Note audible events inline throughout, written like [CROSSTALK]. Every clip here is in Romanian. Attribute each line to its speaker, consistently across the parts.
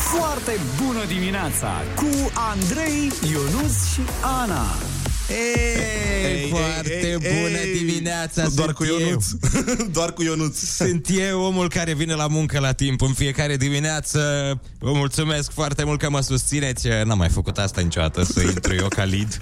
Speaker 1: Foarte bună dimineața cu Andrei, Ionus și Ana.
Speaker 2: Ei, ei, foarte ei, bună ei, dimineața
Speaker 3: Doar
Speaker 2: sunt
Speaker 3: cu
Speaker 2: eu.
Speaker 3: Ionuț. [LAUGHS] Doar cu Ionuț.
Speaker 2: Sunt eu omul care vine la muncă la timp în fiecare dimineață. Vă mulțumesc foarte mult că mă susțineți. N-am mai făcut asta niciodată, să intru eu ca lead.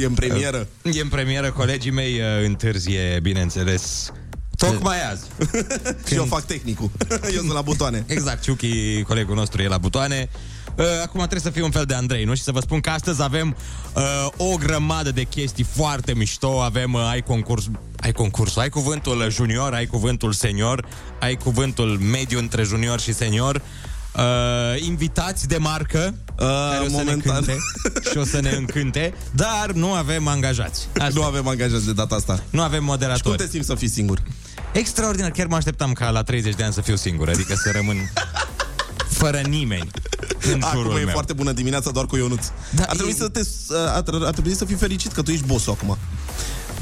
Speaker 3: E în premieră.
Speaker 2: E în premieră, colegii mei uh, întârzie, bineînțeles, tocmai azi.
Speaker 3: [LAUGHS] Și eu fac tehnicul. [LAUGHS] Eu sunt la butoane.
Speaker 2: Exact, Ciuchi, colegul nostru, e la butoane. Uh, Acum trebuie să fiu un fel de Andrei, nu? Și să vă spun că astăzi avem uh, o grămadă de chestii foarte mișto. Avem uh, ai concurs, ai concursul, ai cuvântul junior, ai cuvântul senior, ai cuvântul mediu între junior și senior. Uh, invitați de marcă uh, care o să ne
Speaker 3: momentan.
Speaker 2: cânte și o să ne încânte, dar nu avem angajați. Asta.
Speaker 3: Nu
Speaker 2: Nu,
Speaker 3: avem angajați de data asta.
Speaker 2: nu avem
Speaker 3: Cum
Speaker 2: moderatori.
Speaker 3: te simți să fii singur?
Speaker 2: Extraordinar, chiar mă așteptam ca la 30 de ani să fiu singur, adică să rămân fără nimeni în jurul
Speaker 3: Acum e
Speaker 2: meu.
Speaker 3: foarte bună dimineața doar cu Ionuț.
Speaker 2: Da,
Speaker 3: a, trebuit
Speaker 2: e-
Speaker 3: să te, a, tr- a trebuit să fii fericit că tu ești bossul acum.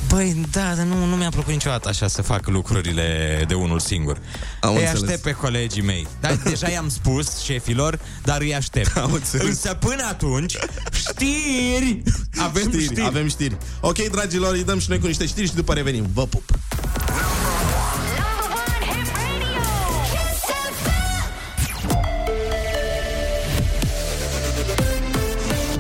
Speaker 2: Băi, da, dar nu, nu mi-a plăcut niciodată așa să fac lucrurile de unul singur.
Speaker 3: Am
Speaker 2: îi
Speaker 3: înțeles.
Speaker 2: aștept pe colegii mei. Dar deja i-am spus șefilor, dar îi aștept.
Speaker 3: Am înțeles.
Speaker 2: Însă până atunci, știri! Avem știri.
Speaker 3: Știri,
Speaker 2: știri. Avem...
Speaker 3: Avem știri. Ok, dragilor, îi dăm și noi cu niște știri și după revenim. Vă pup!
Speaker 4: Number one hit radio. Kiss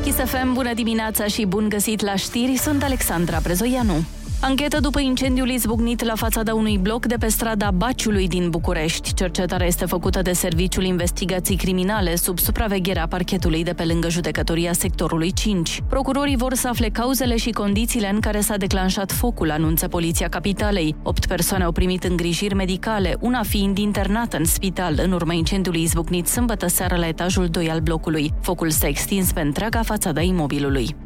Speaker 5: Kiss FM, bună dimineața și bun găsit la știri, sunt Alexandra Brezoianu. Anchetă după incendiul izbucnit la fațada unui bloc de pe strada Baciului din București. Cercetarea este făcută de Serviciul Investigații Criminale sub supravegherea parchetului de pe lângă judecătoria sectorului 5. Procurorii vor să afle cauzele și condițiile în care s-a declanșat focul, anunță Poliția Capitalei. Opt persoane au primit îngrijiri medicale, una fiind internată în spital în urma incendiului izbucnit sâmbătă seară la etajul 2 al blocului. Focul s-a extins pe întreaga fațada imobilului.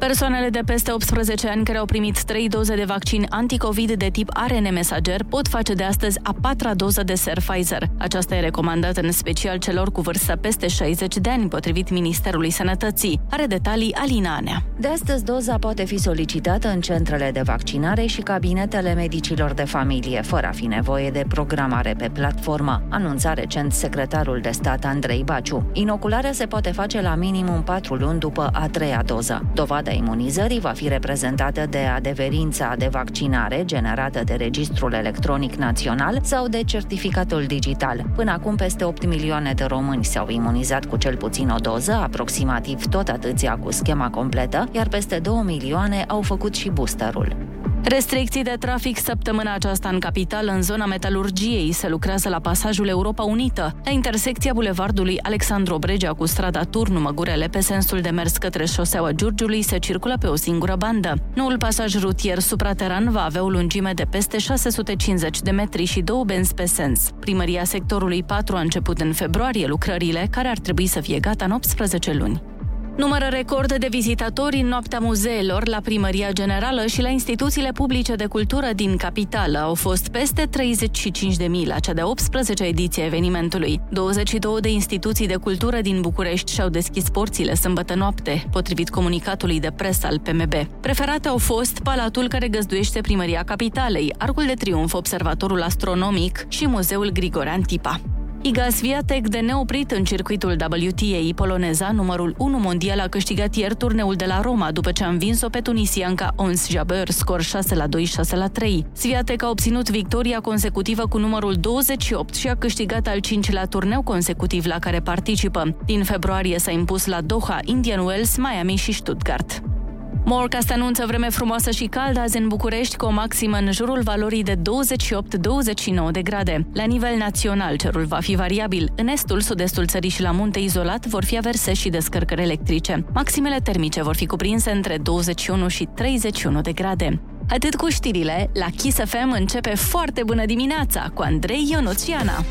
Speaker 5: Persoanele de peste 18 ani care au primit 3 doze de vaccin anticovid de tip ARN mesager pot face de astăzi a patra doză de ser Pfizer. Aceasta e recomandată în special celor cu vârstă peste 60 de ani, potrivit Ministerului Sănătății. Are detalii Alina Anea.
Speaker 6: De astăzi, doza poate fi solicitată în centrele de vaccinare și cabinetele medicilor de familie, fără a fi nevoie de programare pe platformă, anunța recent secretarul de stat Andrei Baciu. Inocularea se poate face la minimum 4 luni după a treia doză. Dovada imunizării va fi reprezentată de adeverința de vaccinare generată de Registrul Electronic Național sau de certificatul digital. Până acum, peste 8 milioane de români s-au imunizat cu cel puțin o doză, aproximativ tot atâția cu schema completă, iar peste 2 milioane au făcut și boosterul.
Speaker 5: Restricții de trafic săptămâna aceasta în capital, în zona metalurgiei, se lucrează la pasajul Europa Unită, la intersecția bulevardului Alexandru Bregea cu strada Turnu Măgurele, pe sensul de mers către șoseaua Giurgiului, se circulă pe o singură bandă. Noul pasaj rutier suprateran va avea o lungime de peste 650 de metri și două benzi pe sens. Primăria sectorului 4 a început în februarie lucrările, care ar trebui să fie gata în 18 luni. Numără record de vizitatori în noaptea muzeelor la Primăria Generală și la instituțiile publice de cultură din capitală. Au fost peste 35.000 la cea de 18 ediție a evenimentului. 22 de instituții de cultură din București și-au deschis porțile sâmbătă noapte, potrivit comunicatului de presă al PMB. Preferate au fost Palatul care găzduiește Primăria Capitalei, Arcul de Triunf, Observatorul Astronomic și Muzeul Grigorean Tipa. Iga Swiatek de neoprit în circuitul WTA poloneza, numărul 1 mondial a câștigat ieri turneul de la Roma după ce a învins-o pe tunisianca Ons Jabeur, scor 6 la 2, 6 la 3. Swiatek a obținut victoria consecutivă cu numărul 28 și a câștigat al 5-lea turneu consecutiv la care participă. Din februarie s-a impus la Doha, Indian Wells, Miami și Stuttgart. Morecast anunță vreme frumoasă și caldă azi în București, cu o maximă în jurul valorii de 28-29 de grade. La nivel național, cerul va fi variabil. În estul, sud-estul țării și la munte izolat vor fi averse și descărcări electrice. Maximele termice vor fi cuprinse între 21 și 31 de grade. Atât cu știrile, la Kiss FM începe foarte bună dimineața cu Andrei Ionuțiana.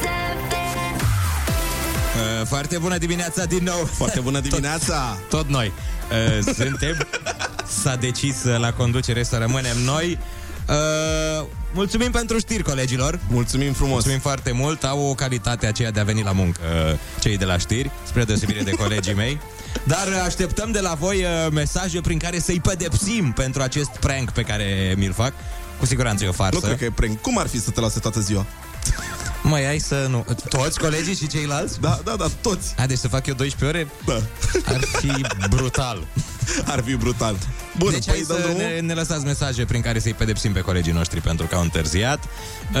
Speaker 4: FM.
Speaker 2: Uh, foarte bună dimineața din nou!
Speaker 3: Foarte bună dimineața!
Speaker 2: [LAUGHS] Tot noi uh,
Speaker 3: [LAUGHS]
Speaker 2: suntem. S-a decis uh, la conducere să rămânem noi. Uh, mulțumim pentru știri, colegilor.
Speaker 3: Mulțumim frumos!
Speaker 2: Mulțumim foarte mult. Au o calitate aceea de a veni la muncă uh, cei de la știri, spre deosebire de colegii mei. Dar uh, așteptăm de la voi uh, mesaje prin care să-i pedepsim pentru acest prank pe care mi-l fac. Cu siguranță e o farsă.
Speaker 3: Nu cred că e prank. Cum ar fi să te lase toată ziua?
Speaker 2: Mai ai să nu... Toți colegii și ceilalți?
Speaker 3: Da, da, da, toți.
Speaker 2: Haideți să fac eu 12 ore?
Speaker 3: Da.
Speaker 2: Ar fi brutal.
Speaker 3: Ar fi brutal. Bun,
Speaker 2: deci hai
Speaker 3: păi dăm
Speaker 2: să
Speaker 3: drumul.
Speaker 2: ne, ne lăsați mesaje prin care să-i pedepsim pe colegii noștri pentru că au întârziat. Uh,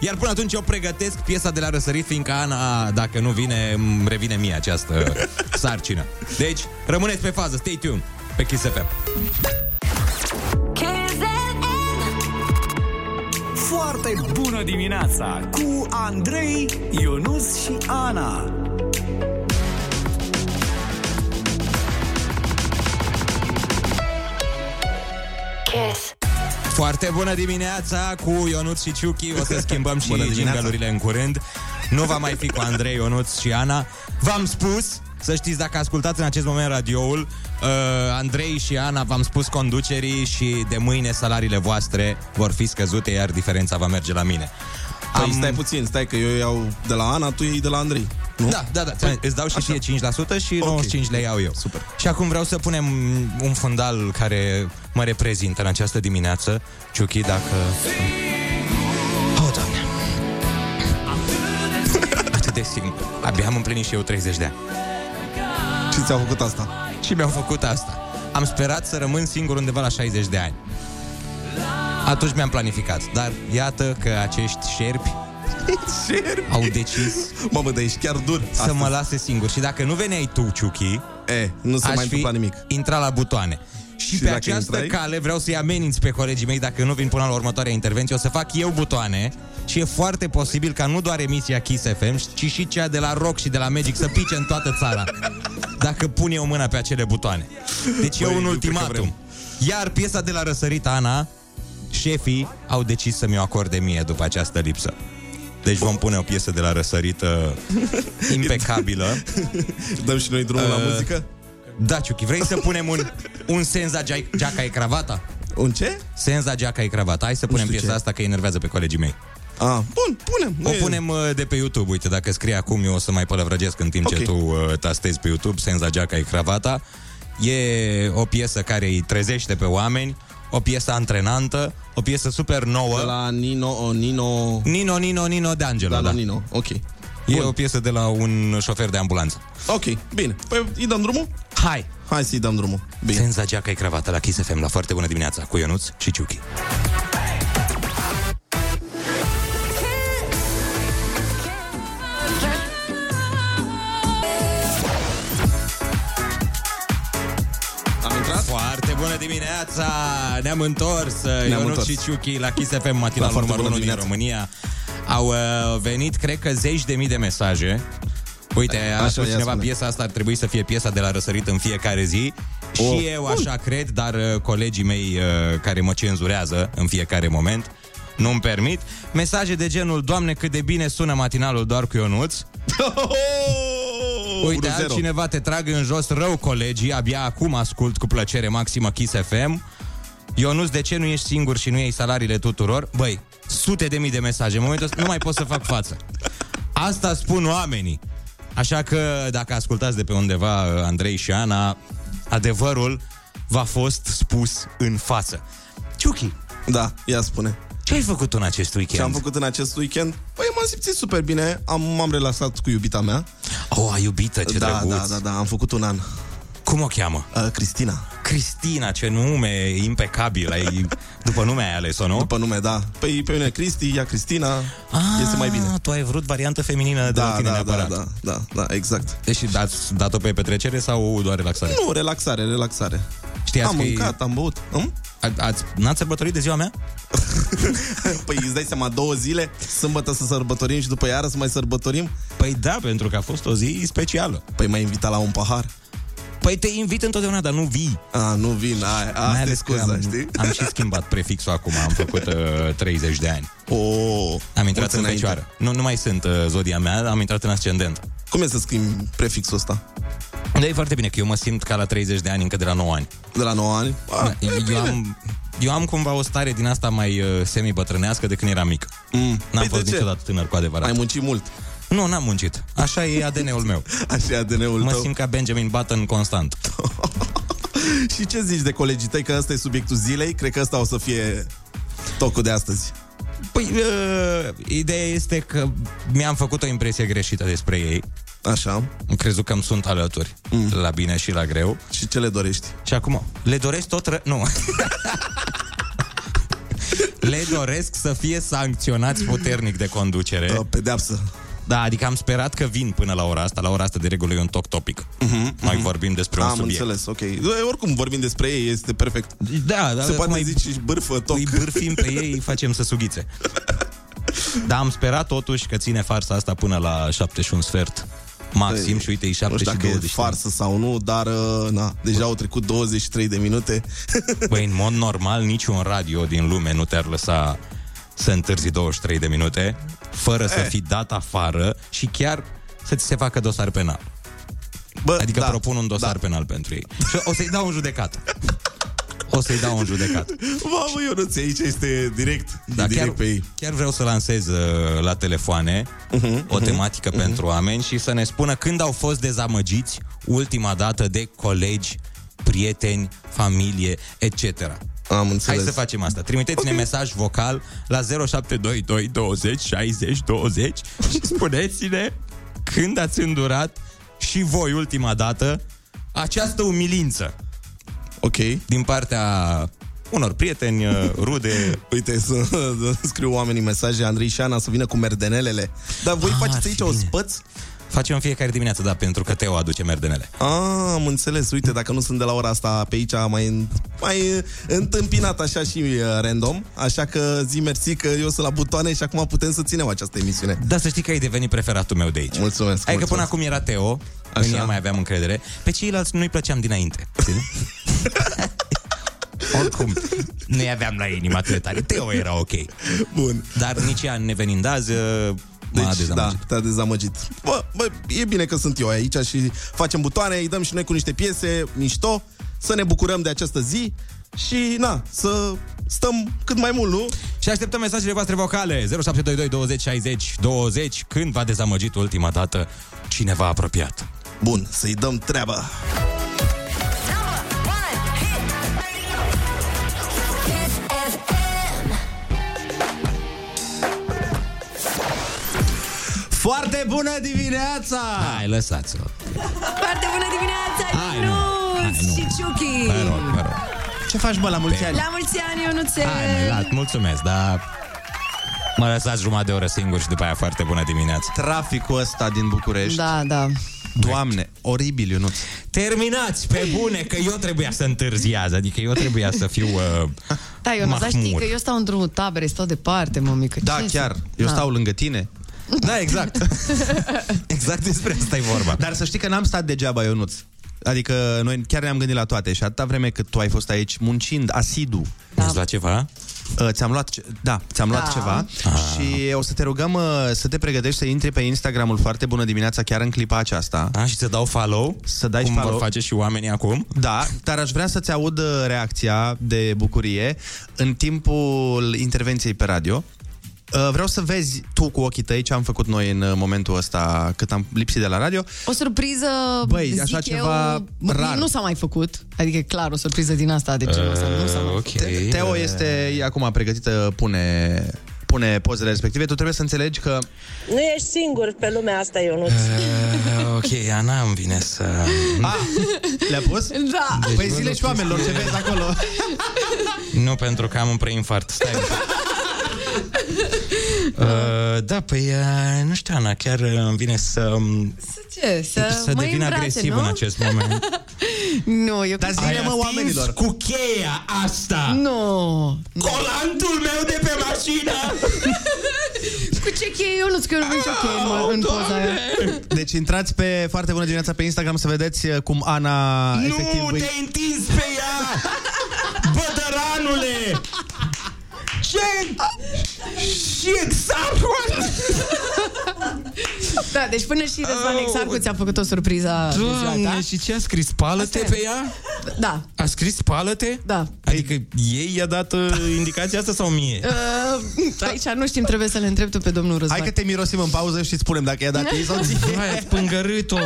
Speaker 2: iar până atunci eu pregătesc piesa de la răsărit, fiindcă Ana, dacă nu vine, îmi revine mie
Speaker 3: [LAUGHS]
Speaker 2: această sarcină. Deci, rămâneți pe fază, stay tuned pe Kiss FM.
Speaker 1: Foarte bună dimineața cu Andrei, Ionus și Ana.
Speaker 2: Foarte bună dimineața cu Ionut și Ciuchi. O să schimbăm și
Speaker 3: [LAUGHS] Bună dimineața.
Speaker 2: jingle în curând. Nu va mai fi cu Andrei, Ionut și Ana. V-am spus, să știți dacă ascultați în acest moment radioul, uh, Andrei și Ana v-am spus conducerii și de mâine salariile voastre vor fi scăzute, iar diferența va merge la mine.
Speaker 3: Păi stai puțin, stai că eu iau de la Ana, tu iei de la Andrei. Nu?
Speaker 2: Da, da, da. Păi, îți dau și
Speaker 3: Așa.
Speaker 2: ție 5% și
Speaker 3: Ok.
Speaker 2: 95 le iau eu.
Speaker 3: Super.
Speaker 2: Și acum vreau să punem un fundal care mă reprezintă în această dimineață. Ciuchi, dacă... Oh, Doamne! Atât de simplu. Abia am împlinit și eu 30 de ani.
Speaker 3: Ce ți-a făcut asta?
Speaker 2: Și mi-au făcut asta. Am sperat să rămân singur undeva la 60 de ani. Atunci mi-am planificat, dar iată că acești șerpi
Speaker 3: [LAUGHS] Șerpi.
Speaker 2: au decis
Speaker 3: Mamă, dar ești chiar dur.
Speaker 2: să mă lase singur. Și dacă nu veneai tu, Ciuchi,
Speaker 3: E, nu se
Speaker 2: aș
Speaker 3: mai
Speaker 2: fi
Speaker 3: întâmpla nimic.
Speaker 2: intrat la butoane. Și,
Speaker 3: Și
Speaker 2: pe
Speaker 3: dacă
Speaker 2: această
Speaker 3: intrai?
Speaker 2: cale vreau să-i ameninț pe colegii mei dacă nu vin până la următoarea intervenție. O să fac eu butoane și e foarte posibil ca nu doar emisia Kiss FM, ci și cea de la Rock și de la Magic să pice în toată țara. Dacă pun eu mâna pe acele butoane. Deci
Speaker 3: Băi,
Speaker 2: e un
Speaker 3: nu cred că
Speaker 2: ultimatum. Iar piesa de la răsărit, Ana, șefii au decis să mi-o acorde mie după această lipsă. Deci vom pune o piesă de la uh,
Speaker 3: [LAUGHS]
Speaker 2: răsărită impecabilă.
Speaker 3: Dăm și noi drumul la
Speaker 2: Uh,
Speaker 3: muzică?
Speaker 2: Da, Ciuchi, vrei să punem un, un senza gea- geaca e cravata?
Speaker 3: Un ce?
Speaker 2: Senza geaca e cravata. Hai să punem
Speaker 3: știu
Speaker 2: piesa
Speaker 3: ce.
Speaker 2: asta că îi enervează pe colegii mei.
Speaker 3: Ah, bun, punem.
Speaker 2: O
Speaker 3: Nu e-
Speaker 2: punem uh, de pe YouTube, uite, dacă scrie acum eu o să mai pălăvrăgesc în timp ce
Speaker 3: Ok.
Speaker 2: tu uh, tastezi pe YouTube Senza geaca e cravata. E o piesă care îi trezește pe oameni, o piesă antrenantă, o piesă super nouă.
Speaker 3: De
Speaker 2: La...
Speaker 3: la Nino, o, Nino...
Speaker 2: Nino, Nino, Nino de Angelo,
Speaker 3: Da,
Speaker 2: da.
Speaker 3: la Nino, ok.
Speaker 2: E o piesă de la un șofer de ambulanță.
Speaker 3: Ok, bine. Păi îi dăm drumul?
Speaker 2: Hai!
Speaker 3: Hai să-i dăm drumul. Bine.
Speaker 2: Senza geaca e cravata la Kiss FM la foarte bună dimineața cu Ionuț și Ciuchi.
Speaker 3: Am intrat?
Speaker 2: Foarte bună dimineața! Ne-am întors! Ne-am Ionut
Speaker 3: întors.
Speaker 2: și Ciuchi la Kiss FM matinal
Speaker 3: La foarte
Speaker 2: numărul 1 din
Speaker 3: bună dimineața.
Speaker 2: România. Au uh, venit, cred că, zeci de mii de mesaje. Uite,
Speaker 3: ia
Speaker 2: a spus cineva,
Speaker 3: spune.
Speaker 2: piesa asta ar trebui să fie piesa de la răsărit în fiecare zi.
Speaker 3: Oh.
Speaker 2: Și eu așa cred, dar uh, colegii mei uh, care mă cenzurează în fiecare moment nu-mi permit. Mesaje de genul, Doamne, cât de bine sună matinalul doar cu Ionuț. Uite,
Speaker 3: 1-0.
Speaker 2: altcineva te trag în jos rău, colegii, abia acum ascult cu plăcere maximă Kiss FM. Ionuț, de ce nu ești singur și nu iei salariile tuturor? Băi, sute de mii de mesaje. În momentul ăsta nu mai pot să fac față. Asta spun oamenii. Așa că, dacă ascultați de pe undeva Andrei și Ana, adevărul v-a fost spus în față. Ciuchi,
Speaker 3: Da, ia spune.
Speaker 2: ce ai făcut tu în acest weekend?
Speaker 3: Ce am făcut în acest weekend? Păi m-am simțit super bine, am, m-am relaxat cu iubita mea.
Speaker 2: O, Oh, a iubită, ce
Speaker 3: da,
Speaker 2: drăguț.
Speaker 3: da, da, da, am făcut un an.
Speaker 2: Cum o cheamă?
Speaker 3: Uh, Cristina.
Speaker 2: Cristina, ce nume impecabil
Speaker 3: [LAUGHS]
Speaker 2: ai, După nume ai ales-o, nu?
Speaker 3: După nume, da. Păi pe mine Cristi, ea Cristina,
Speaker 2: Ah,
Speaker 3: este mai bine.
Speaker 2: Tu ai vrut variantă feminină de la
Speaker 3: Da,
Speaker 2: tine
Speaker 3: da, da,
Speaker 2: neapărat.
Speaker 3: da, da, da, exact.
Speaker 2: Deci ați dat-o pe petrecere sau doar relaxare?
Speaker 3: Nu, relaxare, relaxare.
Speaker 2: Știați
Speaker 3: am
Speaker 2: că e-
Speaker 3: mâncat, am băut. Hm?
Speaker 2: A, ați, n-ați sărbătorit de ziua mea?
Speaker 3: [LAUGHS] Păi îți dai seama, două zile, sâmbătă să sărbătorim și după iară să mai sărbătorim?
Speaker 2: Păi da, pentru că a fost o zi specială.
Speaker 3: Păi m-ai invitat la un pahar?
Speaker 2: Păi te invit întotdeauna, dar nu vii.
Speaker 3: A, nu vin, ai, asta e
Speaker 2: că
Speaker 3: scuza,
Speaker 2: am,
Speaker 3: știi?
Speaker 2: am și schimbat prefixul acum, am făcut uh, 30 de ani.
Speaker 3: Oh,
Speaker 2: Am intrat
Speaker 3: mulți
Speaker 2: în
Speaker 3: înainte.
Speaker 2: fecioară. Nu, nu mai sunt uh, zodia mea, am intrat în ascendent.
Speaker 3: Cum e să schimbi prefixul ăsta?
Speaker 2: Dar e foarte bine că eu mă simt ca la 30 de ani încă de la 9 ani.
Speaker 3: De la 9 ani? A,
Speaker 2: Da, eu, am, eu am cumva o stare din asta mai uh, semi-bătrânească de când eram mic.
Speaker 3: Mm.
Speaker 2: N-am
Speaker 3: Păi
Speaker 2: fost
Speaker 3: de ce?
Speaker 2: niciodată tânăr cu adevărat.
Speaker 3: Ai muncit mult.
Speaker 2: Nu, n-am muncit. Așa e ADN-ul meu.
Speaker 3: [LAUGHS] Așa e ADN-ul
Speaker 2: Mă
Speaker 3: tău.
Speaker 2: simt ca Benjamin Button constant.
Speaker 3: [LAUGHS] Și ce zici de colegii tăi că ăsta e subiectul zilei? Cred că ăsta o să fie tocul de astăzi.
Speaker 2: Păi, uh, ideea este că mi-am făcut o impresie greșită despre ei.
Speaker 3: Așa.
Speaker 2: Am crezut că îmi sunt alături, mm. la bine și la greu.
Speaker 3: Și ce le dorești?
Speaker 2: Și acum, le doresc tot ră...
Speaker 3: [LAUGHS]
Speaker 2: Nu. le doresc să fie sancționați puternic de conducere.
Speaker 3: Uh, Pedeapsă.
Speaker 2: Da, adică am sperat că vin până la ora asta. La ora asta, de regulă, e un toc topic. Mm-hmm, Noi vorbim despre un
Speaker 3: Mhm, Am
Speaker 2: subiect.
Speaker 3: înțeles, ok. E, Oricum vorbim despre ei, este perfect.
Speaker 2: Da, dar
Speaker 3: Se poate
Speaker 2: mai
Speaker 3: mai... zici și bârfă toc.
Speaker 2: îi bârfim pe
Speaker 3: [LAUGHS]
Speaker 2: ei, îi facem să sughițe. Dar am sperat totuși că ține farsa asta până la 7 și un sfert. Maxim și uite, e 7
Speaker 3: nu știu
Speaker 2: și
Speaker 3: dacă e
Speaker 2: 20.
Speaker 3: farsă sau nu, dar uh, na, deja au trecut 23 de minute.
Speaker 2: Băi, Păi, în mod normal, niciun radio din lume nu te-ar lăsa să întârzi 23 de minute fără să
Speaker 3: Eh.
Speaker 2: fi dat afară și chiar să ți se facă dosar penal.
Speaker 3: Bă,
Speaker 2: Adică
Speaker 3: da,
Speaker 2: da, propun un dosar da. penal pentru ei. Și o să-i dau un judecat. O să-i dau un judecat.
Speaker 3: [LAUGHS] Mamă, Ionuț, aici este direct. Da,
Speaker 2: Da,
Speaker 3: direct
Speaker 2: chiar,
Speaker 3: pe ei. Mhm,
Speaker 2: chiar vreau să lansez uh, la telefoane uh-huh, o tematică uh-huh. pentru oameni și să ne spună când au fost dezamăgiți ultima dată de colegi, prieteni, familie, etc.
Speaker 3: Am
Speaker 2: Hai
Speaker 3: înțeles.
Speaker 2: să facem asta. Trimiteți-ne okay. mesaj vocal la 0722 20 60 20 și spuneți-ne când ați îndurat și voi ultima dată această umilință
Speaker 3: Ok.
Speaker 2: din partea unor prieteni, uh, rude,
Speaker 3: [LAUGHS] Uite, să scriu oamenii mesaje Andrei și Ana să vină cu merdenelele. Dar voi
Speaker 2: Ah, ar
Speaker 3: faceți
Speaker 2: fi
Speaker 3: aici o
Speaker 2: bine.
Speaker 3: spăț?
Speaker 2: Facem în fiecare dimineață, da, pentru că Teo aduce merdenele.
Speaker 3: Ah, am înțeles. Uite, dacă nu sunt de la ora asta pe aici, mai, mai întâmpinat așa și uh, random. Așa că zi mersi că eu sunt la butoane și acum putem să ținem această emisiune.
Speaker 2: Da, să știi că ai devenit preferatul meu de aici.
Speaker 3: Mulțumesc,
Speaker 2: Adică
Speaker 3: mulțumesc.
Speaker 2: până acum era Teo, Așa.
Speaker 3: Așa.
Speaker 2: în ea mai aveam încredere. Pe ceilalți nu-i plăceam dinainte.
Speaker 3: [LAUGHS]
Speaker 2: știi? Oricum, nu-i aveam la inimă atât de tare. Teo era ok.
Speaker 3: Bun.
Speaker 2: Dar nici ea nevenind azi, deci, m-a
Speaker 3: Deci, da,
Speaker 2: dezamăgit.
Speaker 3: te-a dezamăgit. Bă, bă, e bine că sunt eu aici și facem butoane, îi dăm și noi cu niște piese mișto, să ne bucurăm de această zi și, na, să stăm cât mai mult, nu?
Speaker 2: Și așteptăm mesajele voastre vocale 0722 20 60 20 Când v-a dezamăgit ultima dată cineva apropiat
Speaker 3: Bun, să-i dăm treabă.
Speaker 4: Number one hit radio. Kiss FM.
Speaker 3: Foarte bună dimineața!
Speaker 2: Hai, lăsați-o
Speaker 7: Foarte bună dimineața,
Speaker 2: Hai, nu.
Speaker 7: Ionuț
Speaker 2: Hai, nu.
Speaker 7: și Ciuchi!
Speaker 2: Mă rog, mă rog
Speaker 8: Ce faci, bă, la mulți ani?
Speaker 7: La mulți ani, Ionuțe!
Speaker 2: Hai, mă, lat, mulțumesc, dar mă lăsați jumătate de oră singur și după aia foarte bună dimineața.
Speaker 8: Traficul ăsta din București.
Speaker 7: Da, da.
Speaker 8: Doamne, oribil, Ionuț.
Speaker 2: Terminați, pe bune, că eu trebuia să întârziaz, adică eu trebuia să fiu... Uh,
Speaker 7: Da, Ionuț, dar știi
Speaker 2: Mahmur.
Speaker 7: că eu stau într-un tabere, stau departe, mămică.
Speaker 8: Da,
Speaker 7: Ce
Speaker 8: chiar.
Speaker 7: să-
Speaker 8: Eu
Speaker 7: Da.
Speaker 8: stau lângă tine.
Speaker 2: da,
Speaker 8: [LAUGHS]
Speaker 2: exact. exact despre asta e vorba.
Speaker 8: Dar să știi că n-am stat degeaba, Ionuț. Adică noi chiar ne-am gândit la toate și atâta vreme cât tu ai fost aici muncind, asidu,
Speaker 2: Da. Ați luat ceva? Ah.
Speaker 8: Uh, ți-am luat, ce- da, ți-am luat
Speaker 7: Da.
Speaker 8: ceva și o să te rugăm uh, să te pregătești să intri pe Instagramul foarte bună dimineața chiar în clipa [LAUGHS] aceasta.
Speaker 2: A, și să dau follow?
Speaker 8: Să dai
Speaker 2: Cum
Speaker 8: follow.
Speaker 2: vor face și oamenii acum?
Speaker 8: Da, dar aș vrea să-ți aud uh, reacția de bucurie în timpul intervenției pe radio. Uh, Vreau să vezi tu cu ochii tăi ce am făcut noi în uh, momentul ăsta cât am lipsit de la radio.
Speaker 7: O surpriză,
Speaker 8: Băi,
Speaker 7: zic
Speaker 8: așa
Speaker 7: eu,
Speaker 8: ceva
Speaker 7: mă,
Speaker 8: rar.
Speaker 7: Nu s-a mai făcut. Adică, e clar, o surpriză din Deci, asta de
Speaker 2: Uh,
Speaker 7: genul ăsta. nu s-a mai făcut.
Speaker 8: Te- Teo este acum pregătită, pune, pune pozele respective. Tu trebuie să înțelegi că
Speaker 9: Nu ești singur pe lumea asta, Ionuț.
Speaker 2: Uh, ok, Ana, îmi vine să...
Speaker 8: A, Ah, le-a pus?
Speaker 7: Da.
Speaker 8: Deci păi zile și oamenilor ce vezi acolo.
Speaker 2: Nu, pentru că am un preinfart. Stai.
Speaker 7: [LAUGHS]
Speaker 2: Uh, da, păi, uh, nu știu, Ana, chiar uh, îmi vine să,
Speaker 7: Ce? Să,
Speaker 2: să
Speaker 7: mă
Speaker 2: devin
Speaker 7: îmbrace,
Speaker 2: agresiv
Speaker 7: nu?
Speaker 2: în acest moment.
Speaker 7: [LAUGHS] Nu, eu...
Speaker 8: Dar zile mă oamenilor.
Speaker 2: [LAUGHS] cu cheia asta!
Speaker 7: Nu.
Speaker 2: Colantul meu de pe mașină!
Speaker 7: Cu ce cheie, Ionuț? Că eu nu văd nicio cheie mă, în poza aia.
Speaker 8: Deci intrați pe foarte bună dimineața pe Instagram să vedeți uh, cum Ana efectiv îi-
Speaker 2: întins pe ea! Bădăranule! Ce? Și exact
Speaker 7: Da, deci până și Răzvan Exarcu ți-a făcut o surpriză de ziua ta.
Speaker 2: Doamne, și ce a scris? Spală-te
Speaker 7: Asta e.
Speaker 2: pe ea?
Speaker 7: Da,
Speaker 2: A scris spală-te?
Speaker 7: da.
Speaker 2: Adică ei i-a dat uh, indicația asta sau mie?
Speaker 7: Uh, aici nu știm, trebuie să le întreb tu pe domnul Răzvan.
Speaker 8: Hai că te mirosim în pauză și îți spunem dacă i-a dat ei sau ție.
Speaker 2: [LAUGHS] Vai, ați pângărât-o.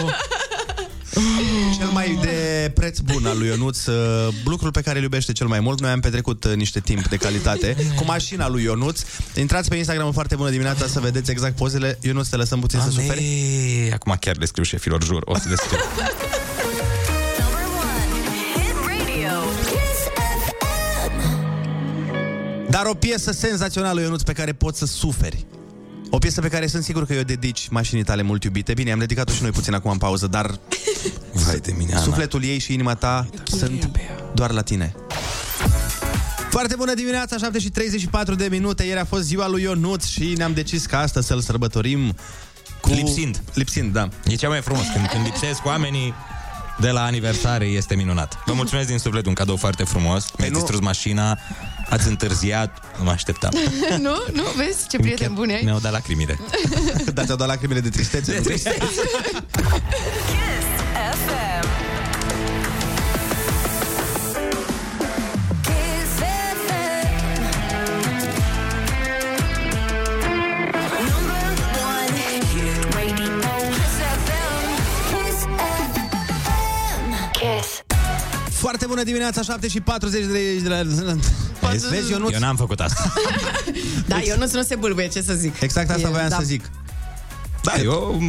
Speaker 8: Cel mai de preț bun al lui Ionuț, uh, lucrul pe care îl iubește cel mai mult, noi am petrecut uh, niște timp de calitate cu mașina lui Ionuț. Intrați pe Instagram în foarte bună dimineața să vedeți exact pozele. Ionuț, te lăsăm puțin să suferi.
Speaker 2: Doamne, Acum chiar le scriu șefilor, jur, o să le scriu.
Speaker 4: Number one, hit radio. Kiss FM.
Speaker 8: Dar o piesă senzațională, Ionuț, pe care poți să suferi. O piesă pe care sunt sigur că eu dedici mașinii tale mult iubite. Bine, am dedicat-o și noi puțin acum în pauză, dar
Speaker 2: [LAUGHS] Vai de mine, Ana.
Speaker 8: Sufletul ei și inima ta sunt doar la tine. Foarte bună dimineața, 7 și 34 de minute. Ieri a fost ziua lui Ionuț și ne-am decis ca astăzi să-l sărbătorim cu...
Speaker 2: Lipsind.
Speaker 8: Lipsind, da.
Speaker 2: E cea mai frumos. Când, când lipsesc oamenii de la aniversare, este minunat. Vă mulțumesc din suflet, un cadou foarte frumos. Mi-ați
Speaker 8: Păi nu-
Speaker 2: distrus mașina, ați întârziat, nu mă
Speaker 8: [LAUGHS]
Speaker 2: așteptam.
Speaker 7: [LAUGHS] Nu? Nu? Vezi ce prieten bun ai?
Speaker 2: Mi-au dat lacrimile.
Speaker 8: Dar Da, ți-au dat lacrimile de tristețe. nu?
Speaker 4: Kiss FM. Kiss FM. Number one, hit radio. Kiss FM. Kiss FM. Kiss.
Speaker 8: Foarte bună dimineața, 7 și 40 de... de la...
Speaker 2: Vezi?
Speaker 8: Vezi, Ionuț?
Speaker 2: Eu n-am
Speaker 8: [LAUGHS]
Speaker 2: făcut asta.
Speaker 7: [LAUGHS] Da, eu nu, nu se bâlbâie, ce să zic.
Speaker 8: Exact asta
Speaker 7: E,
Speaker 8: voiam
Speaker 7: da.
Speaker 8: să zic.
Speaker 2: Da, eu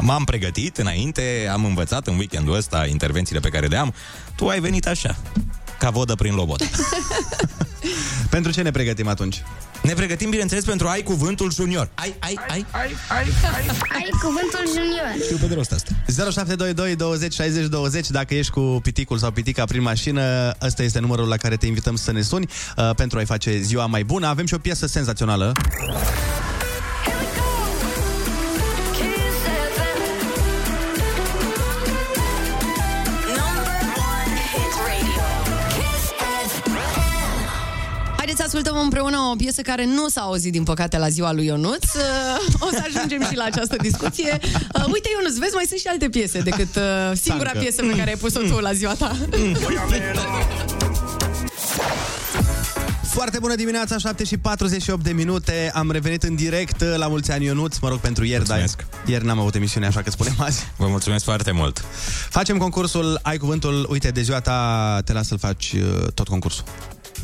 Speaker 2: m-am pregătit înainte, am învățat în weekendul ăsta intervențiile pe care le am. Tu ai venit așa, ca vodă prin lobot.
Speaker 8: [LAUGHS] Pentru ce ne pregătim atunci?
Speaker 2: Ne pregătim, bineînțeles, pentru Ai Cuvântul Junior. Ai, ai, ai.
Speaker 10: Ai cuvântul junior.
Speaker 2: Știu pe de rost asta.
Speaker 8: 0722 20 60 20 Dacă ești cu piticul sau pitica prin mașină Ăsta este numărul la care te invităm să ne suni uh, Pentru a-i face ziua mai bună Avem și o piesă senzațională
Speaker 4: Here we go. Kiss FM. Number one, hit radio. Kiss FM.
Speaker 7: Haideți să ascultăm împreună o piesă care nu s-a auzit, din păcate, la ziua lui Ionuț. Uh,
Speaker 4: Euh,
Speaker 7: O să ajungem și la această discuție. Uh, Uite, Ionuț, vezi, mai sunt și alte piese decât uh, singura
Speaker 8: Țancă.
Speaker 7: piesă pe care ai pus-o tu la ziua ta.
Speaker 8: Mm. Foarte bună dimineața, 7 și 48 de minute Am revenit în direct uh, la mulți ani Ionuț Mă rog pentru ieri, dar
Speaker 2: Mulțumesc.
Speaker 8: ieri n-am avut emisiune Așa că spunem azi
Speaker 2: Vă mulțumesc foarte mult.
Speaker 8: Facem concursul, ai cuvântul Uite, de ziua ta te las să-l faci uh, tot concursul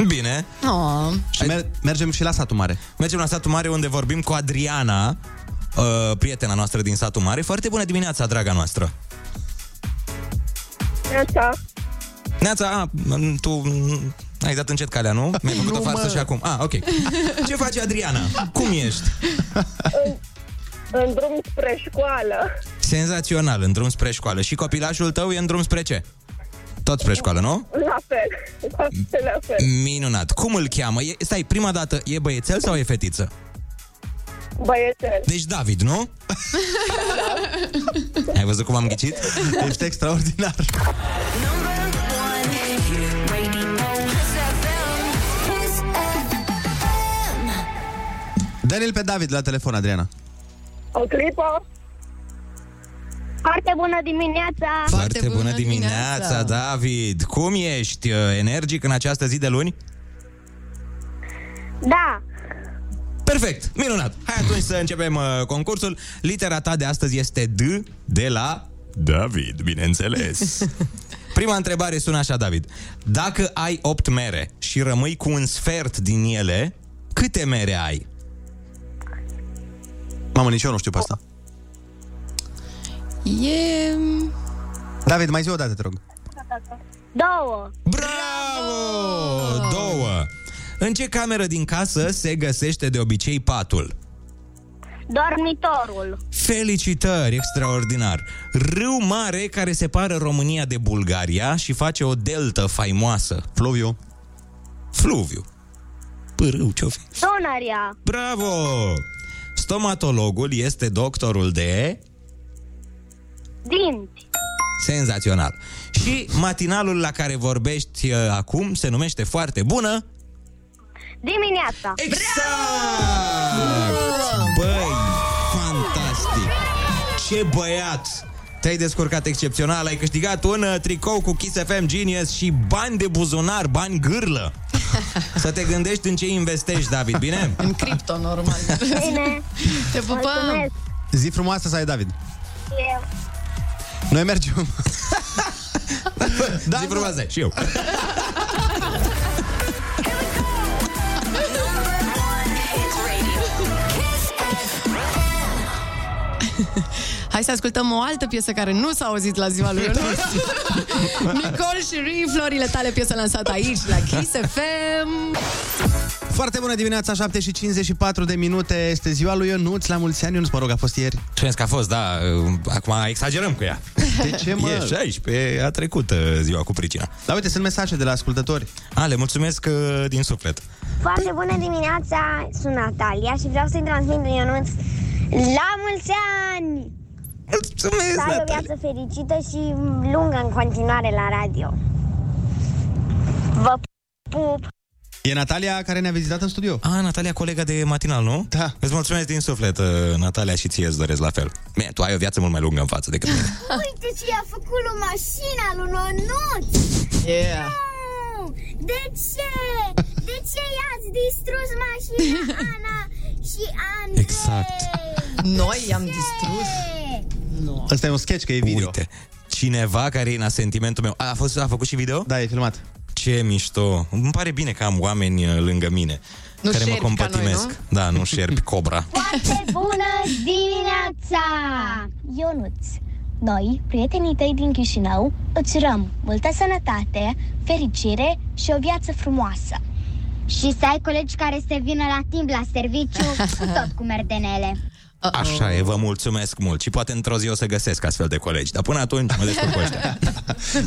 Speaker 2: Bine,
Speaker 7: Oh.
Speaker 8: Și mer- mergem și la satul mare
Speaker 2: mergem la satul mare unde vorbim cu Adriana, uh, prietena noastră din satul mare. Foarte bună dimineața, draga noastră.
Speaker 9: Neața.
Speaker 2: Neața, a, m- tu m- ai dat încet calea, nu? Mi-ai făcut o farsă și acum. Ah, ok. Ce faci, Adriana? Cum ești?
Speaker 9: În drum spre școală.
Speaker 2: Senzațional, în drum spre școală. Și copilașul tău e în drum spre ce? Tot spre școală, nu?
Speaker 9: La fel. La fel, la fel.
Speaker 2: Minunat. Cum îl cheamă? E, stai, prima dată, e băiețel sau e fetiță?
Speaker 9: Băiețel.
Speaker 2: Deci David, nu? Ai văzut cum am
Speaker 8: [LAUGHS]
Speaker 2: ghicit?
Speaker 8: Ești extraordinar
Speaker 4: Number one, hit radio. Kiss FM. Kiss FM.
Speaker 8: Dă-ne-l pe David la telefon, Adriana
Speaker 9: O clipă.
Speaker 10: Foarte bună dimineața.
Speaker 2: Foarte bună,
Speaker 7: bună
Speaker 2: dimineața,
Speaker 7: dimineața,
Speaker 2: David! Cum ești? uh, Energic în această zi de luni?
Speaker 10: Da.
Speaker 2: Perfect, minunat! Hai atunci să începem uh, concursul. Litera ta de astăzi este D de la David, bineînțeles.
Speaker 7: [LAUGHS]
Speaker 2: Prima întrebare sună așa, David. Dacă ai 8 mere și rămâi cu un sfert din ele, câte mere ai?
Speaker 8: Mamă, nici eu nu știu pe asta
Speaker 7: E...
Speaker 8: David, mai zi o dată, te rog
Speaker 2: da.
Speaker 10: Două.
Speaker 2: Bravo! Două! În ce cameră din casă se găsește de obicei patul?
Speaker 10: Dormitorul.
Speaker 2: Felicitări, extraordinar! Râu mare care separă România de Bulgaria și face o deltă faimoasă.
Speaker 8: Fluviu
Speaker 2: Fluviu. Pârâu, ce-o fi?
Speaker 10: Dunărea.
Speaker 2: Bravo! Stomatologul este doctorul de...
Speaker 10: Dinți.
Speaker 2: Senzațional. Și matinalul la care vorbești uh, acum se numește foarte bună...
Speaker 10: Dimineața.
Speaker 2: Exact! Băi, Păi, fantastic! Ce băiat! Te-ai descurcat excepțional, ai câștigat un uh, tricou cu Kiss FM Genius și bani de buzunar, bani
Speaker 8: [LAUGHS]
Speaker 2: gârlă. Să te gândești în ce investești, David, bine?
Speaker 7: În cripto, normal.
Speaker 10: Bine.
Speaker 7: Te pupăm!
Speaker 10: Mulțumesc.
Speaker 8: Zi frumoasă să ai, David.
Speaker 10: Eu.
Speaker 8: Noi mergem. [LAUGHS]
Speaker 2: Da, Zi frumoasă, și eu.
Speaker 4: Number one hit radio. Kiss FM.
Speaker 7: Hai să ascultăm o altă piesă care nu s-a auzit la ziua lui Ionuț. Nicole și Ri, florile tale, piesă lansată aici, la Kiss FM.
Speaker 8: Foarte bună dimineața, 7 și 54 de minute. Este ziua lui Ionuț, la mulți ani. Ionuț, mă rog, a fost ieri.
Speaker 2: Crezi că a fost, da, uh, acum exagerăm cu ea.
Speaker 8: De ce, mă?
Speaker 2: E 16, a trecut uh, ziua cu pricina.
Speaker 8: Dar uite, sunt mesaje de la ascultători.
Speaker 2: A, le mulțumesc uh, din suflet.
Speaker 10: Foarte bună dimineața, sunt Natalia și vreau să-i transmit lui Ionuț la mulți ani!
Speaker 2: Mulțumesc,
Speaker 10: Să ai o
Speaker 2: Natalia.
Speaker 10: viață fericită și lungă în continuare la radio. Vă pup!
Speaker 8: E Natalia care ne-a vizitat în studio.
Speaker 2: A, Natalia, colega de matinal, nu?
Speaker 8: Da.
Speaker 2: Îți mulțumesc din suflet, uh, Natalia, și ție îți doresc la fel. Bine, tu ai o viață mult mai lungă în față decât mine.
Speaker 10: Uite ce a făcut lui mașina lui Ionuț!
Speaker 7: Yeah.
Speaker 10: De ce? De ce i-ați distrus
Speaker 2: [LAUGHS]
Speaker 10: mașina Ana și Andrei?
Speaker 2: Exact.
Speaker 7: Noi i-am distrus.
Speaker 8: Ăsta e un sketch, că e video.
Speaker 2: Uite, cineva care e în asentimentul meu. A, a, fost, a făcut și video?
Speaker 8: Da, e filmat.
Speaker 2: Ce mișto! Îmi pare bine că am oameni uh, lângă mine
Speaker 7: Nu
Speaker 2: care mă
Speaker 7: șerpi ca noi,
Speaker 2: compatimesc.
Speaker 7: nu?
Speaker 2: Da, nu șerpi cobra.
Speaker 10: Foarte bună dimineața! Ionuț, noi, prietenii tăi din Chișinău, îți urăm multă sănătate, fericire și o viață frumoasă. Și să ai colegi care să vină la timp la serviciu, cu tot cu merdenele.
Speaker 2: Așa e, vă mulțumesc mult și poate într-o zi o să găsesc astfel de colegi, dar până atunci mă descurc cu
Speaker 8: [LAUGHS]
Speaker 2: ăștia.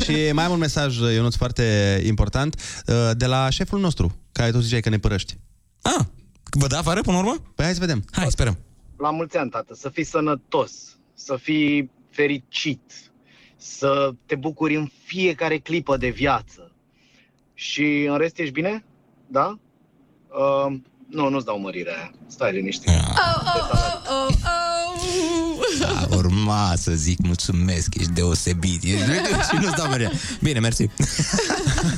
Speaker 8: Și mai am un mesaj, Ionuț, foarte important, uh, de la șeful nostru, care tu ziceai că ne părăști.
Speaker 2: Ah, vă da afară până la urmă?
Speaker 8: Păi hai să vedem.
Speaker 2: Hai, sperăm.
Speaker 11: La mulți ani, tată, să fii sănătos, să fii fericit, să te bucuri în fiecare clipă de viață. Și în rest ești bine? Da? Uh, nu, nu-ți dau mărirea aia. Stai liniștit.
Speaker 7: Oh, oh.
Speaker 2: Da, urma să zic mulțumesc, ești deosebit. Ești... [LAUGHS] și nu-ți dau merea. Bine, mersi.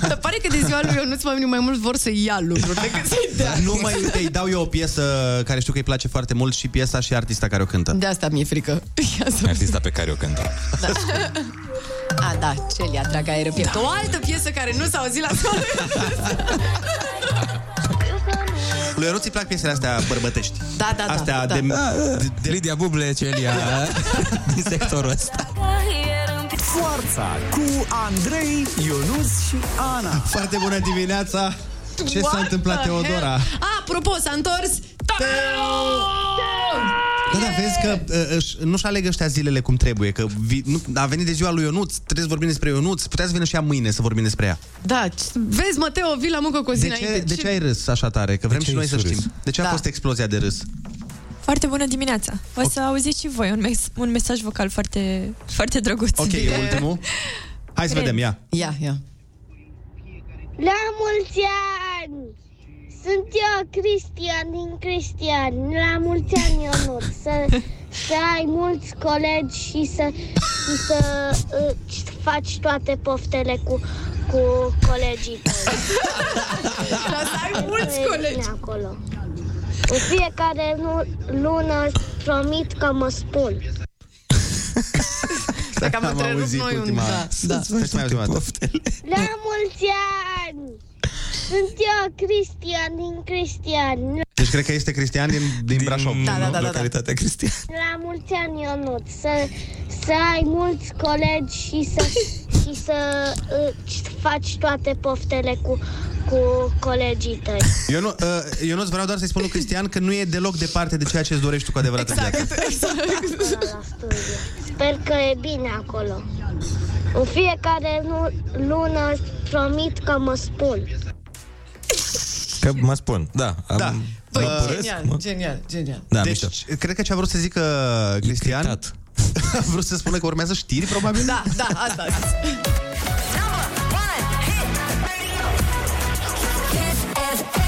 Speaker 7: Dar pare că de ziua lui Ionuț oamenii mai mult vor să ia lucruri decât să-i dea.
Speaker 8: Da. Nu mai uite, îi dau eu o piesă care știu că îi place foarte mult și piesa și artista care o cântă.
Speaker 7: De asta mi-e frică. Ia să...
Speaker 2: Artista pe care o cânt.
Speaker 7: A, da, Celia, dragă aer piept. O altă piesă care nu s-a auzit la ziua lui Ionuț.
Speaker 8: Lui Ionuț îi plac piesele astea bărbătești.
Speaker 7: Da, da, da.
Speaker 8: Astea
Speaker 7: da.
Speaker 8: de...
Speaker 2: Lidia Buble,
Speaker 8: [LAUGHS]
Speaker 2: Celia, din sectorul ăsta.
Speaker 1: Forța cu Andrei, Ionus și Ana.
Speaker 8: Foarte bună dimineața! Ce
Speaker 7: What
Speaker 8: s-a întâmplat,
Speaker 7: the
Speaker 8: Teodora?
Speaker 7: hell? A, apropo, s-a întors Teo!
Speaker 8: Da, da, vezi că uh, își- nu-și aleg ăștia zilele cum trebuie, că vi, nu, a venit de ziua lui Ionuț, trebuie să vorbim despre Ionuț, putea să vină și ea mâine să vorbim despre ea.
Speaker 7: Da, ce- vezi, mă, Teo, vii la muncă cu o zi
Speaker 8: De
Speaker 7: înainte.
Speaker 8: ce, de
Speaker 7: Și-
Speaker 8: ce ai râs așa tare? Că vrem
Speaker 2: ce
Speaker 8: și noi
Speaker 2: ai
Speaker 8: să
Speaker 2: surâs?
Speaker 8: știm. De ce a
Speaker 7: Da.
Speaker 8: fost explozia de râs?
Speaker 12: Foarte bună dimineața! O să auziți și voi un, mes- un mesaj vocal foarte, foarte drăguț.
Speaker 8: Ok, e ultimul. Hai să
Speaker 12: Cred.
Speaker 8: vedem, ia.
Speaker 7: Ia, ia.
Speaker 10: La mulți ani! Sunt eu, Cristian din Cristian. La mulți ani, Ionuț. Să, să ai mulți colegi și să, și să uh, faci toate poftele cu, cu colegii tăi.
Speaker 7: Dar să ai mulți
Speaker 10: Păi,
Speaker 7: colegi.
Speaker 10: bine Acolo. În fiecare nu- lună îți promit că mă spun.
Speaker 7: Dacă am,
Speaker 8: Am
Speaker 7: întrerupt
Speaker 8: auzit
Speaker 7: noi un...
Speaker 8: ultima-
Speaker 7: Da, da.
Speaker 8: Hai să mai auzim o dată.
Speaker 10: La mulți ani! Sunt eu, Cristian din Cristian.
Speaker 8: Deci cred că este Cristian din, din, din Brașov.
Speaker 7: Da, da, da, da, da.
Speaker 2: Localitatea Cristian.
Speaker 10: La mulți ani, Ionut, să, să ai mulți colegi și să, și să uh, faci toate poftele cu, cu colegii tăi.
Speaker 8: Eu nu, uh, eu nu vreau doar să-i spun lui Cristian că nu e deloc departe de ceea ce îți dorești tu cu adevărat exact. în viață.
Speaker 10: Acolo la studiu. Sper că e bine acolo. În fiecare nu- lună îți promit că mă spun.
Speaker 2: Că mă spun, da. Am,
Speaker 8: Da.
Speaker 7: Băi,
Speaker 2: mă părăsc,
Speaker 7: Păi, genial,
Speaker 2: mă-
Speaker 7: genial, genial.
Speaker 2: Da, deci, mișto.
Speaker 8: Deci, cred că ce a vrut să zică Cristian
Speaker 2: Criptat.
Speaker 8: [LAUGHS] a vrut să spună că urmează știri, probabil.
Speaker 7: Da, da, asta. a zis.
Speaker 4: Number one hit radio. Kiss FM.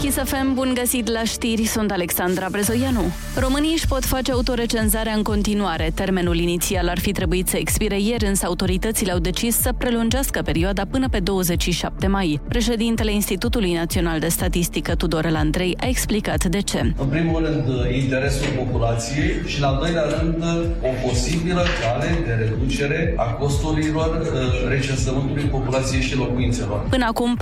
Speaker 5: Kiss FM, bun găsit la știri, sunt Alexandra Brezoianu. Românii își pot face autorecenzarea în continuare. Termenul inițial ar fi trebuit să expire ieri, însă autoritățile au decis să prelungească perioada până pe 27 mai. Președintele Institutului Național de Statistică, Tudorel Andrei, a explicat de ce.
Speaker 13: În primul rând, uh, interesul populației și, în al doilea rând, uh, o posibilă cale de reducere a costurilor uh, recensământului populației și locuințelor.
Speaker 5: Până acum,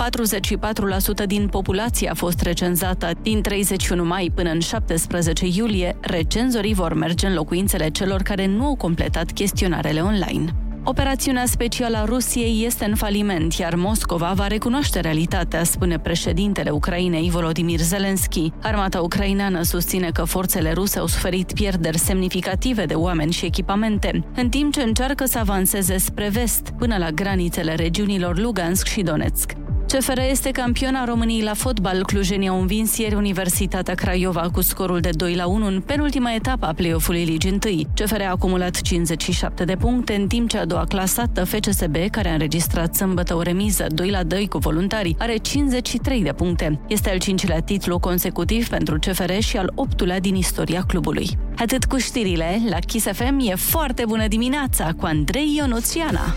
Speaker 5: 44% din populație a fost recenzată. Din 31 mai până în 17 iulie, recenzorii vor merge în locuințele celor care nu au completat chestionarele online. Operațiunea specială a Rusiei este în faliment, iar Moscova va recunoaște realitatea, spune președintele Ucrainei Volodimir Zelensky. Armata ucraineană susține că forțele ruse au suferit pierderi semnificative de oameni și echipamente, în timp ce încearcă să avanseze spre vest, până la granițele regiunilor Lugansk și Donetsk. CFR este campiona României la fotbal. Clujenii au învins ieri Universitatea Craiova cu scorul de 2 la 1 în penultima etapă a play-off-ului Ligii 1. CFR a acumulat 57 de puncte, în timp ce a doua clasată, FCSB, care a înregistrat sâmbătă o remiză 2 la 2 cu voluntari, are 53 de puncte. Este al cincilea titlu consecutiv pentru CFR și al optulea din istoria clubului. Atât cu știrile, la Kiss FM e foarte bună dimineața cu Andrei Ionuțiana.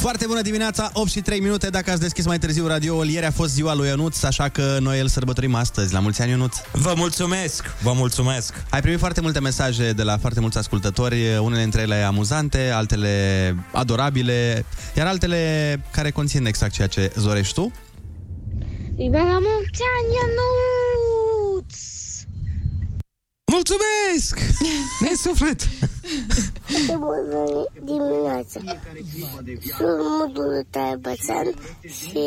Speaker 8: Foarte bună dimineața, 8 și 3 minute. Dacă ați deschis mai târziu radioul, ieri a fost ziua lui Ionuț, așa că noi îl sărbătorim astăzi. La mulți ani, Ionuț!
Speaker 2: Vă mulțumesc! Vă mulțumesc!
Speaker 8: Ai primit foarte multe mesaje de la foarte mulți ascultători, unele dintre ele amuzante, altele adorabile, iar altele care conțin exact ceea ce zorești tu.
Speaker 10: Viva la mulți ani, Ionuț!
Speaker 2: Mulțumesc! Ne suflet!
Speaker 10: Foarte bună dimineața! Sunt Mudul tău Bățan și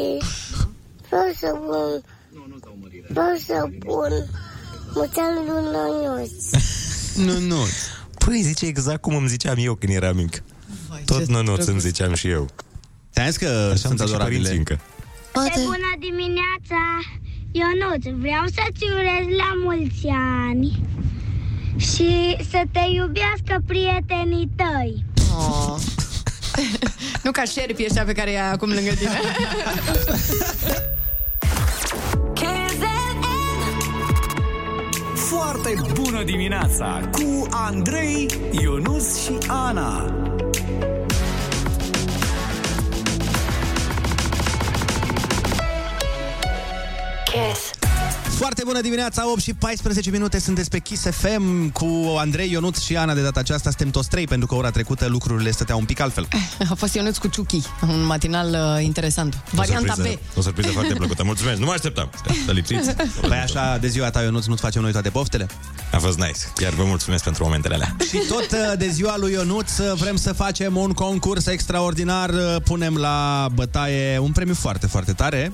Speaker 10: vreau să pun... Vreau să pun muțeanul lui Ionuț.
Speaker 8: Nu, nu.
Speaker 2: Păi zice exact cum îmi ziceam eu când eram mic. Tot nu, nu, îmi ziceam și eu.
Speaker 8: Ți-am zis că
Speaker 2: Așa
Speaker 8: sunt
Speaker 2: îmi zic și
Speaker 8: adorabile.
Speaker 2: părinții încă.
Speaker 10: Foarte bună dimineața, Ionuț. Vreau să-ți urez la mulți ani și să te iubească prietenii tăi.
Speaker 7: Oh. nu ca șerpii ăștia pe care i-ai acum lângă tine.
Speaker 1: Foarte bună dimineața cu Andrei, Ionus și Ana.
Speaker 4: Kiss.
Speaker 8: Foarte bună dimineața, 8 și 14 minute sunteți pe Kiss FM cu Andrei Ionuț și Ana de data aceasta. Suntem toți trei pentru că ora trecută lucrurile stăteau un pic altfel.
Speaker 7: A fost Ionuț cu Ciuchi, un matinal uh, interesant. Varianta B.
Speaker 2: O surpriză foarte plăcută. Mulțumesc, nu mă așteptam. Să lipsiți.
Speaker 8: Păi așa, de ziua ta, Ionuț, nu-ți facem noi toate poftele?
Speaker 2: A fost nice. Iar vă mulțumesc pentru momentele alea.
Speaker 8: [LAUGHS] Și tot uh, de ziua lui Ionuț uh, vrem să facem un concurs extraordinar. Uh, Punem la bătaie un premiu foarte, foarte tare.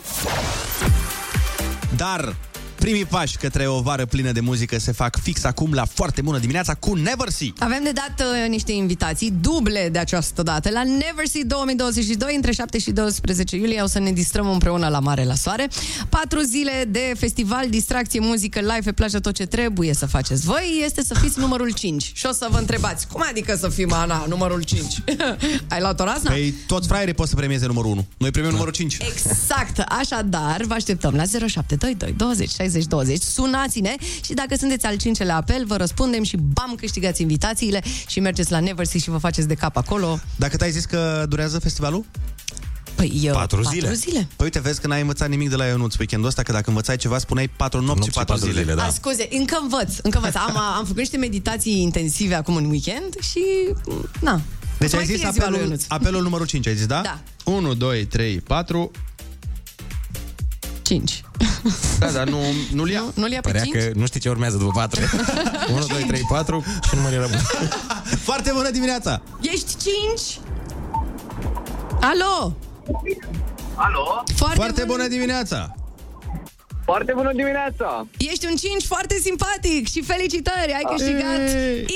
Speaker 8: Dar primii pași către o vară plină de muzică se fac fix acum la foarte bună dimineața cu Never See.
Speaker 7: Avem de dat uh, niște invitații duble de această dată la Never See 2022 între 7 și 12 iulie o să ne distrăm împreună la mare la soare. Patru zile de festival, distracție, muzică, live pe plajă, tot ce trebuie să faceți voi este să fiți numărul 5. Și o să vă întrebați, cum adică să fim Ana, numărul 5? [LAUGHS] Ai luat o razna?
Speaker 8: Păi toți fraierii pot să premieze numărul 1. Noi premiem numărul 5.
Speaker 7: Exact, așadar vă așteptăm la 0722 20 60 20 Sunați-ne și dacă sunteți al cincelea apel Vă răspundem și bam, câștigați invitațiile Și mergeți la Neversea și vă faceți de cap acolo
Speaker 8: Dacă te-ai zis că durează festivalul?
Speaker 7: Păi eu,
Speaker 8: Păi uite, vezi că n-ai învățat nimic de la Ionuț weekendul ăsta, că dacă învățai ceva, spuneai 4 nopți și 4 zile. zile
Speaker 7: da. A, scuze, încă învăț, încă învăț. Am, am făcut niște meditații intensive acum în weekend și, na,
Speaker 8: Deci
Speaker 7: mai
Speaker 8: ai zis
Speaker 7: bine ziua lui
Speaker 8: apelul,
Speaker 7: Ionuț.
Speaker 8: apelul numărul 5, ai zis, da?
Speaker 7: Da.
Speaker 8: 1, 2, 3, 4...
Speaker 7: 5.
Speaker 8: Da, dar nu, nu-l ia.
Speaker 7: Nu-l ia pe
Speaker 2: Părea
Speaker 7: cinci?
Speaker 2: că nu știi ce urmează după [LAUGHS] 4. 1, 2, 3, 4 și numărul era bun.
Speaker 8: [LAUGHS] Foarte bună dimineața!
Speaker 7: Ești 5? Alo!
Speaker 14: Alo?
Speaker 7: Foarte,
Speaker 8: Foarte bună dimineața!
Speaker 14: Foarte bună dimineața!
Speaker 7: Ești un 5 foarte simpatic și felicitări! Ai câștigat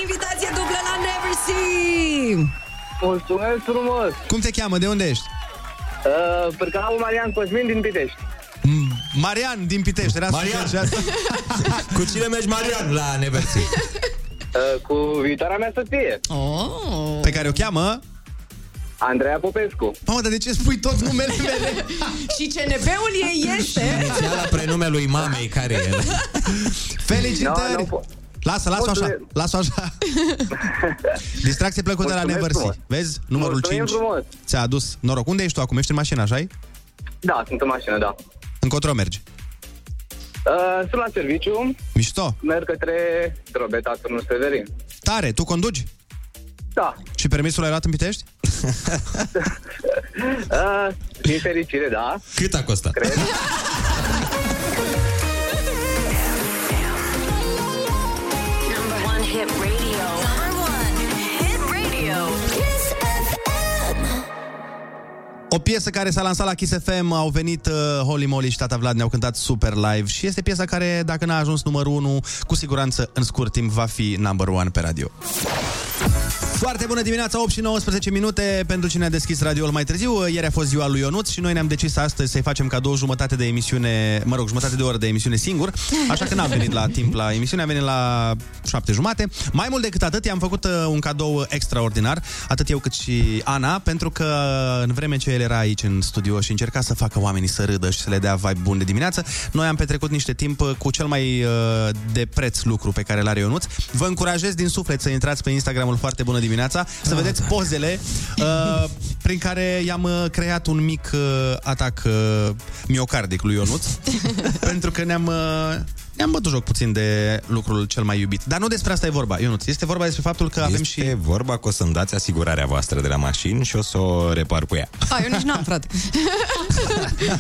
Speaker 7: invitație dublă la Neversea!
Speaker 14: Mulțumesc frumos!
Speaker 8: Cum te cheamă? De unde ești?
Speaker 14: Uh, Părcanul Marian Cosmin din Pitești.
Speaker 8: Marian din Pitești. Era
Speaker 2: Marian.
Speaker 8: Marian. [LAUGHS]
Speaker 2: Cu cine mergi, Marian, la Neversi?
Speaker 13: Uh, cu viitoarea mea soție.
Speaker 7: Oh.
Speaker 8: Pe care o cheamă?
Speaker 13: Andreea Popescu.
Speaker 8: Mamă, dar de ce spui tot numele
Speaker 13: [LAUGHS]
Speaker 8: mele?
Speaker 7: Și CNP-ul ei este...
Speaker 2: Inițiala prenume lui mamei care e.
Speaker 8: Felicitări! Lasă, lasă așa,
Speaker 2: Mulțumesc.
Speaker 8: lasă așa. Distracție plăcută la
Speaker 13: Mulțumesc
Speaker 8: Neversi.
Speaker 13: frumos.
Speaker 8: Vezi? Numărul
Speaker 13: Mulțumim
Speaker 8: 5
Speaker 13: frumos.
Speaker 8: ți-a adus noroc. Unde ești tu acum? Ești în mașină, așa
Speaker 13: Da, sunt în mașină, da.
Speaker 8: Încotro mergi.
Speaker 13: Uh, sunt la serviciu,
Speaker 8: Mișto.
Speaker 13: merg către Drobeta, turnul Severin.
Speaker 8: Tare, tu conduci?
Speaker 13: Da.
Speaker 8: Și permisul ai luat în Pitești?
Speaker 13: Uh, din fericire, da.
Speaker 2: Cât a costat?
Speaker 4: Number one hit radio. Number one hit radio. Kiss FM.
Speaker 8: O piesă care s-a lansat la Kiss FM, au venit uh, Holy Moly și Tata Vlad, ne-au cântat super live și este piesa care, dacă n-a ajuns numărul 1, cu siguranță în scurt timp va fi number 1 pe radio. Foarte bună dimineața, 8 și 19 minute pentru cine a deschis radioul mai târziu. uh, Ieri a fost ziua lui Ionuț și noi ne-am decis astăzi să-i facem cadou jumătate de emisiune, mă rog, jumătate de oră de emisiune singur, așa că n-am venit la timp la emisiune, am venit la 7 jumate. Mai mult decât atât, i-am făcut uh, un cadou extraordinar, atât eu cât și Ana, pentru că uh, în vreme ce el era aici în studio și încerca să facă oamenii să râdă și să le dea vibe bun de dimineață, noi am petrecut niște timp uh, cu cel mai uh, de preț lucru pe care l-are Ionuț. Vă încurajez din suflet să intrați pe Instagramul Foarte Bună Dimineața, să vedeți pozele uh, prin care i-am uh, creat un mic uh, atac uh, miocardic lui Ionuț, pentru că ne-am... Uh, ne-am bătut joc puțin de lucrul cel mai iubit. Dar nu despre asta e vorba, Ionuț. Este vorba
Speaker 2: [LAUGHS]
Speaker 8: despre faptul că avem și...
Speaker 2: E vorba că o să-mi dați asigurarea voastră de la mașini și o să o repar cu ea.
Speaker 7: A, eu nici n-am, frate.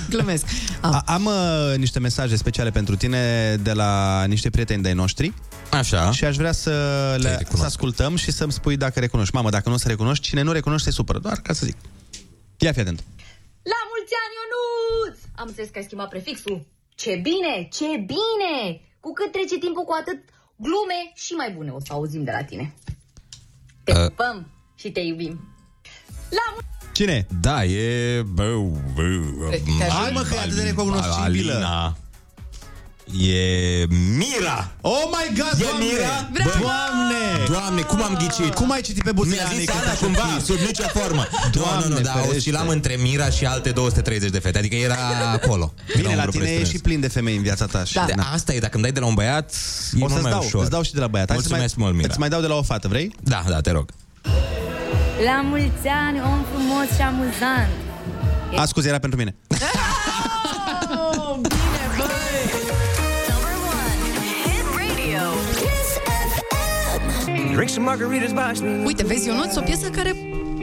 Speaker 7: Glumesc.
Speaker 8: A, am uh, niște mesaje speciale pentru tine de la niște prieteni de-ai noștri.
Speaker 2: Așa.
Speaker 8: Și aș vrea să le să ascultăm și să-mi spui dacă recunoști. Mamă, dacă nu o să recunoști, cine nu recunoște, se supără. Doar ca să zic. Ia fi atent.
Speaker 15: La mulți ani, Ionuț! Am înțeles că ai schimbat prefixul. Ce bine, ce bine! Cu cât trece timpul, cu atât glume și mai bune o să auzim de la tine. Te
Speaker 2: Uh.
Speaker 15: pupăm și te iubim. La mulți
Speaker 8: Cine?
Speaker 2: Da, e... Bă, bă,
Speaker 15: Te ajut. Hai, mă, că e atât de
Speaker 8: recunoscibilă.
Speaker 2: Alina. E Mira!
Speaker 8: Oh my God,
Speaker 2: e
Speaker 8: Doamne!
Speaker 2: Mira?
Speaker 8: Bravo!
Speaker 2: Bă,
Speaker 8: Doamne!
Speaker 2: Doamne, cum am ghicit?
Speaker 8: Cum ai citit pe buze,
Speaker 2: Mi-a zis
Speaker 8: Anică,
Speaker 2: Ana
Speaker 8: așa
Speaker 2: cumva,
Speaker 8: fi?
Speaker 2: sub nicio formă.
Speaker 8: Doamne
Speaker 2: nu, nu, nu, dar
Speaker 8: ferește.
Speaker 2: oscilam între Mira și alte 230 de fete. Adică era acolo.
Speaker 8: Bine, la tine e și plin de femei în viața ta. Și,
Speaker 2: Da. De asta e, dacă îmi dai de la un băiat, e
Speaker 8: o
Speaker 2: mult
Speaker 8: să-ți
Speaker 2: mai
Speaker 8: dau,
Speaker 2: ușor.
Speaker 8: îți dau și de la băiat. Hai să
Speaker 2: Mulțumesc
Speaker 8: mai,
Speaker 2: mult, Mira.
Speaker 8: Îți mai dau de la o fată, vrei?
Speaker 2: Da, da, te rog.
Speaker 16: La mulți ani, om frumos și amuzant!
Speaker 8: A, scuze, era pentru mine.
Speaker 16: Oh, bine, băi!
Speaker 4: Hit radio. Kiss FM.
Speaker 7: Drink some margaritas Uite, vezi, Ionuț, o piesă care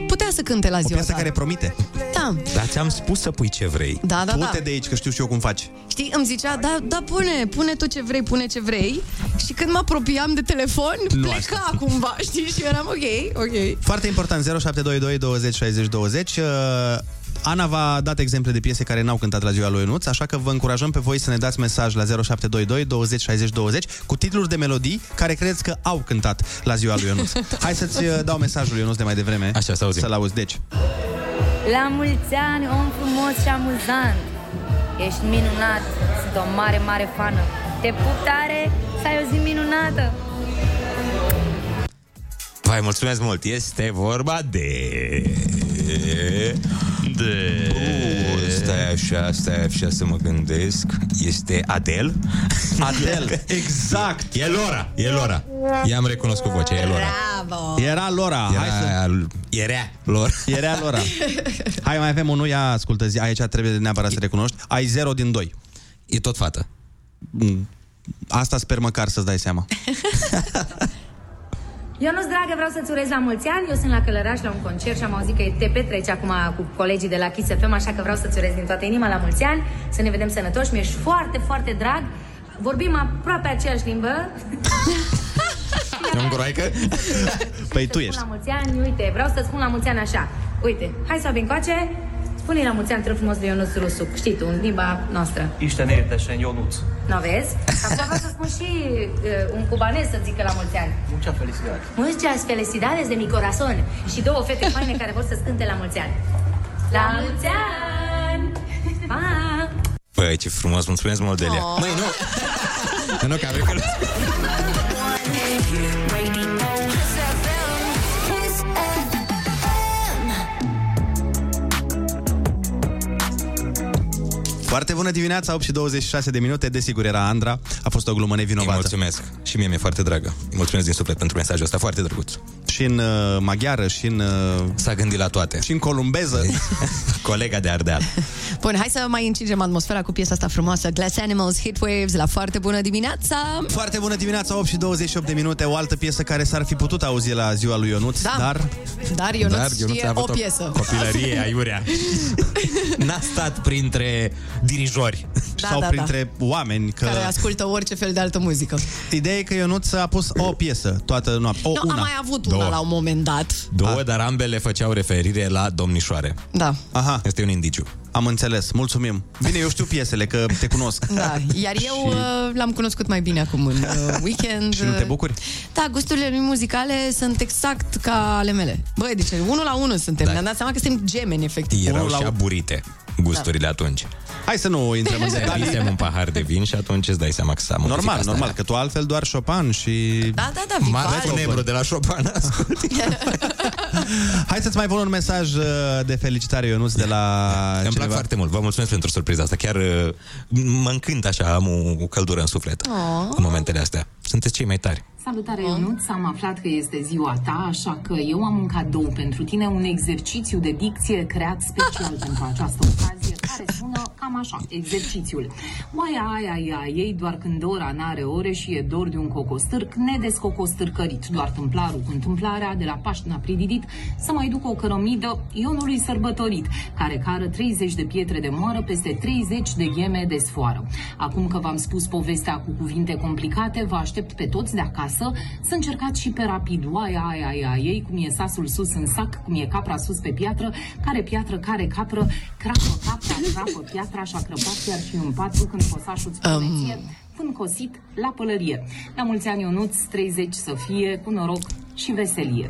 Speaker 7: putea să cânte la ziua
Speaker 8: Piesa care promite.
Speaker 7: Da.
Speaker 2: Dar ți-am spus să pui ce vrei.
Speaker 7: Da, da, da.
Speaker 8: Du-te de aici, că știu și eu cum faci.
Speaker 7: Știi, îmi zicea, da, da, pune, pune tu ce vrei, pune ce vrei. Și când mă apropiam de telefon,
Speaker 8: Nu
Speaker 7: pleca cumva, știi? Și eram ok, ok.
Speaker 8: Foarte important, 0722 20 60 20. Uh, Ana v-a dat exemple de piese care n-au cântat la ziua lui Ionuț, așa că vă încurajăm pe voi să ne dați mesaj la 0722 20 60 20 cu titluri de melodii care credeți că au cântat la ziua lui
Speaker 2: [LAUGHS]
Speaker 8: Ionuț. Hai să-ți uh, dau mesajul lui Ionuț de mai devreme. Așa, să auzim. Să-l auzi. Deci,
Speaker 16: La mulți ani, om frumos și amuzant! Ești minunat! Sunt o mare, mare fană! Te pup tare să ai o zi minunată!
Speaker 2: Vai, mulțumesc mult. Este vorba de... De... Uh, stai așa, stai așa să mă gândesc. Este Adel?
Speaker 8: Adel,
Speaker 2: [LAUGHS]
Speaker 8: exact.
Speaker 2: E Lora, e Lora. I-am recunoscut vocea, e Lora.
Speaker 7: Bravo!
Speaker 8: Era Lora.
Speaker 2: Era,
Speaker 8: Hai să...
Speaker 2: Era Lora.
Speaker 8: [LAUGHS] Era Lora. Hai, mai avem unul, ia ascultă zi. Aici trebuie neapărat să recunoști. Ai 0 din 2.
Speaker 2: E tot fată.
Speaker 8: Asta sper măcar să-ți dai seama.
Speaker 16: Eu nu dragă, vreau să-ți urez la mulți ani. Eu sunt la Călăraș la un concert și am auzit că te petreci acum cu colegii de la Kiss FM, așa că vreau să-ți urez din toată inima la mulți ani, să ne vedem sănătoși. Mi-ești foarte, foarte drag. Vorbim aproape aceeași limbă.
Speaker 2: Eu îmi groaică?
Speaker 8: [LAUGHS] Păi tu
Speaker 16: Spun La mulți ani, uite, vreau să spun la mulți ani așa. Uite, hai să o încoace. Spune la mulți ani, te rog frumos, lui Ionuț Rusu. Știi tu, în limba noastră.
Speaker 13: Isten értesen, Ionuț.
Speaker 16: Nu vezi? Acum vreau să spun și uh, un cubanez să zică la mulți ani.
Speaker 13: Mucha felicidade.
Speaker 16: Muchas felicidades de mi corazón Și două fete faine care vor să-ți cânte la mulți ani La mulți ani Pa!
Speaker 2: Păi,
Speaker 7: Oh.
Speaker 2: ce frumos, mulțumesc mult, Delia.
Speaker 16: Oh.
Speaker 2: Măi, nu! nu, că am recunoscut.
Speaker 4: One hit Kiss FM.
Speaker 8: Foarte bună dimineața, 8 și 26 de minute, desigur era Andra, a fost o glumă nevinovată. Îi mulțumesc și mie mi-e foarte dragă. Îi mulțumesc din suflet pentru mesajul ăsta, foarte drăguț. Și în uh, [LAUGHS] maghiară, și în... Uh, S-a gândit la toate. Și în columbeză. [LAUGHS] Colega de Ardeal.
Speaker 7: Bun, hai să mai încingem atmosfera cu piesa asta frumoasă Glass Animals, Hit Waves, la foarte bună dimineața
Speaker 8: Foarte bună dimineața, 8 și 28 de minute, o altă piesă care s-ar fi putut auzi la ziua lui Ionuț,
Speaker 7: Da.
Speaker 8: dar...
Speaker 7: Dar eu nu știe o piesă [LAUGHS]
Speaker 2: Copilărie aiurea. N-a stat printre
Speaker 8: [LAUGHS]
Speaker 2: dirijori.
Speaker 7: Da, Sau da, da. printre
Speaker 8: oameni. Că...
Speaker 7: Care ascultă orice fel de altă muzică
Speaker 8: Ideea e că Ionuț a pus o piesă toată noaptea. O,
Speaker 7: Nu,
Speaker 8: una.
Speaker 7: am mai avut una
Speaker 2: Două.
Speaker 7: la un moment dat
Speaker 8: Ah.
Speaker 2: Două, dar ambele făceau referire la domnișoare.
Speaker 7: Da
Speaker 8: Aha.
Speaker 2: Este un indiciu.
Speaker 8: Am înțeles, mulțumim. Bine, eu știu piesele, că te cunosc.
Speaker 7: Da, iar eu uh, l-am cunoscut mai bine acum în uh, weekend.
Speaker 8: [LAUGHS] Și nu te bucuri?
Speaker 7: Da, gusturile lui muzicale sunt exact ca ale mele. Băi, deci unul la unul suntem. Da. Ne-am dat seama că suntem gemeni,
Speaker 2: [LAUGHS]
Speaker 7: efectiv.
Speaker 2: Erau
Speaker 7: Unul la
Speaker 2: și
Speaker 7: unul.
Speaker 2: aburite gusturile
Speaker 7: Da.
Speaker 2: atunci.
Speaker 8: Hai să nu intrăm
Speaker 2: [LAUGHS]
Speaker 8: în detalii.
Speaker 2: Visem un pahar de vin și atunci îți dai seama că s-a modificat
Speaker 8: Normal,
Speaker 2: asta.
Speaker 8: normal, că tu altfel doar Chopin și...
Speaker 7: Da, da, da, Vivaldi.
Speaker 2: Marco Nebru de la Chopin.
Speaker 8: Hai să-ți mai pun un mesaj uh, de felicitare, Ionuț, de la
Speaker 2: [LAUGHS] Îmi plac foarte mult. Vă mulțumesc pentru surpriza asta. Chiar uh, mă încânt așa, am o, o căldură în suflet
Speaker 17: Oh.
Speaker 2: în momentele astea. Sunteți cei mai tari.
Speaker 17: Salutare, Ionuț! Am aflat că este ziua ta, așa că eu am un cadou pentru tine, un exercițiu de dicție creat special pentru această ocazie, care sună cam așa, exercițiul. Mai aia, aia, ei doar când ora n-are ore și e dor de un cocostârc, nedescocostârcărit, doar tâmplarul cu întâmplarea, de la Paști n-a prididit, să mai duc o cărămidă Ionului sărbătorit, care cară 30 de pietre de moară peste 30 de gheme de sfoară. Acum că v-am spus povestea cu cuvinte complicate, vă aștept pe toți de acasă să încercați și pe rapid. Oaia, aia, aia, ei, cum e sasul sus în sac, cum e capra sus pe piatră, care piatră, care capră, crapă capra, crapă piatra și-a crăpat chiar și în patru când cosașul îți um. când cosit la pălărie. La mulți ani, Ionuț, 30 să fie, cu noroc și veselie.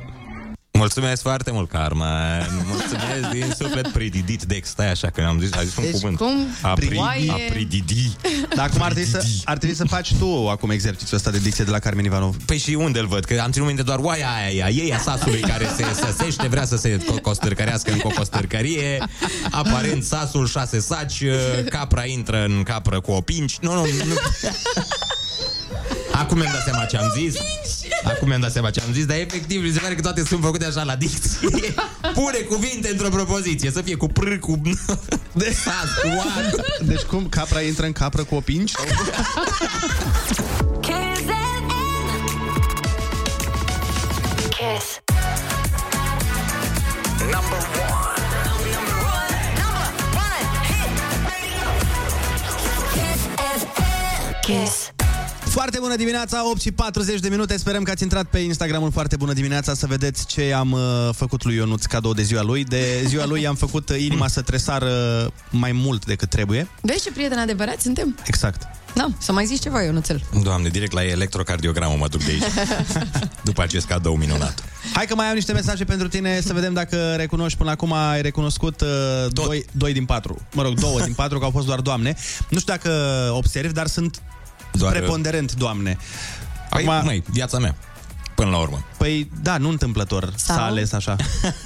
Speaker 2: Mulțumesc foarte mult, Carmen. Mulțumesc din suflet prididit de stai așa, că am zis, a zis un
Speaker 8: Deci
Speaker 2: cuvânt.
Speaker 8: cum?
Speaker 2: A, pri,
Speaker 8: Oaie.
Speaker 2: a prididi.
Speaker 8: Dar acum ar trebui, să, ar trebui să faci tu acum exercițiul ăsta de dicție de la Carmen Ivanov.
Speaker 2: Păi și unde îl văd? Că am ținut minte doar oaia aia, aia, ei a sasului care se săsește, vrea să se co- costârcărească în cocostârcărie, aparent sasul șase saci, capra intră în capră cu o pinci. Nu, nu, nu. Acum mi-am dat seama ce am zis. Acum mi-am dat seama ce am zis, dar efectiv mi se pare că toate sunt făcute așa la dicție. Pune cuvinte într-o propoziție, să fie cu pr, cu... De sas, cu oa.
Speaker 8: Deci cum? Capra intră în capră cu o pinci?
Speaker 4: Kiss FM. Kiss. Number one. Number one. Number one hit radio. Kiss FM. Kiss.
Speaker 8: Foarte bună dimineața, 8 și 40 de minute. Sperăm că ați intrat pe Instagramul Foarte bună dimineața să vedeți ce am uh, făcut lui Ionuț cadou de ziua lui. De ziua lui i-am făcut uh, inima să tresară uh, mai mult decât trebuie.
Speaker 7: Vezi ce prieteni adevărați suntem?
Speaker 8: Exact.
Speaker 7: Da, să mai zici ceva, eu nu
Speaker 2: Doamne, direct la electrocardiogramă mă duc de aici,
Speaker 7: [LAUGHS]
Speaker 2: după acest cadou minunat.
Speaker 8: Hai că mai am niște mesaje pentru tine să vedem dacă recunoști până acum ai recunoscut 2 doi din 4. Mă rog, 2 din 4 că au fost doar doamne. Nu știu dacă observi, dar sunt doar preponderent doamne.
Speaker 2: Păi, măi, viața mea. Până la urmă.
Speaker 8: Păi, da, nu întâmplător
Speaker 7: Sau?
Speaker 8: s-a ales așa.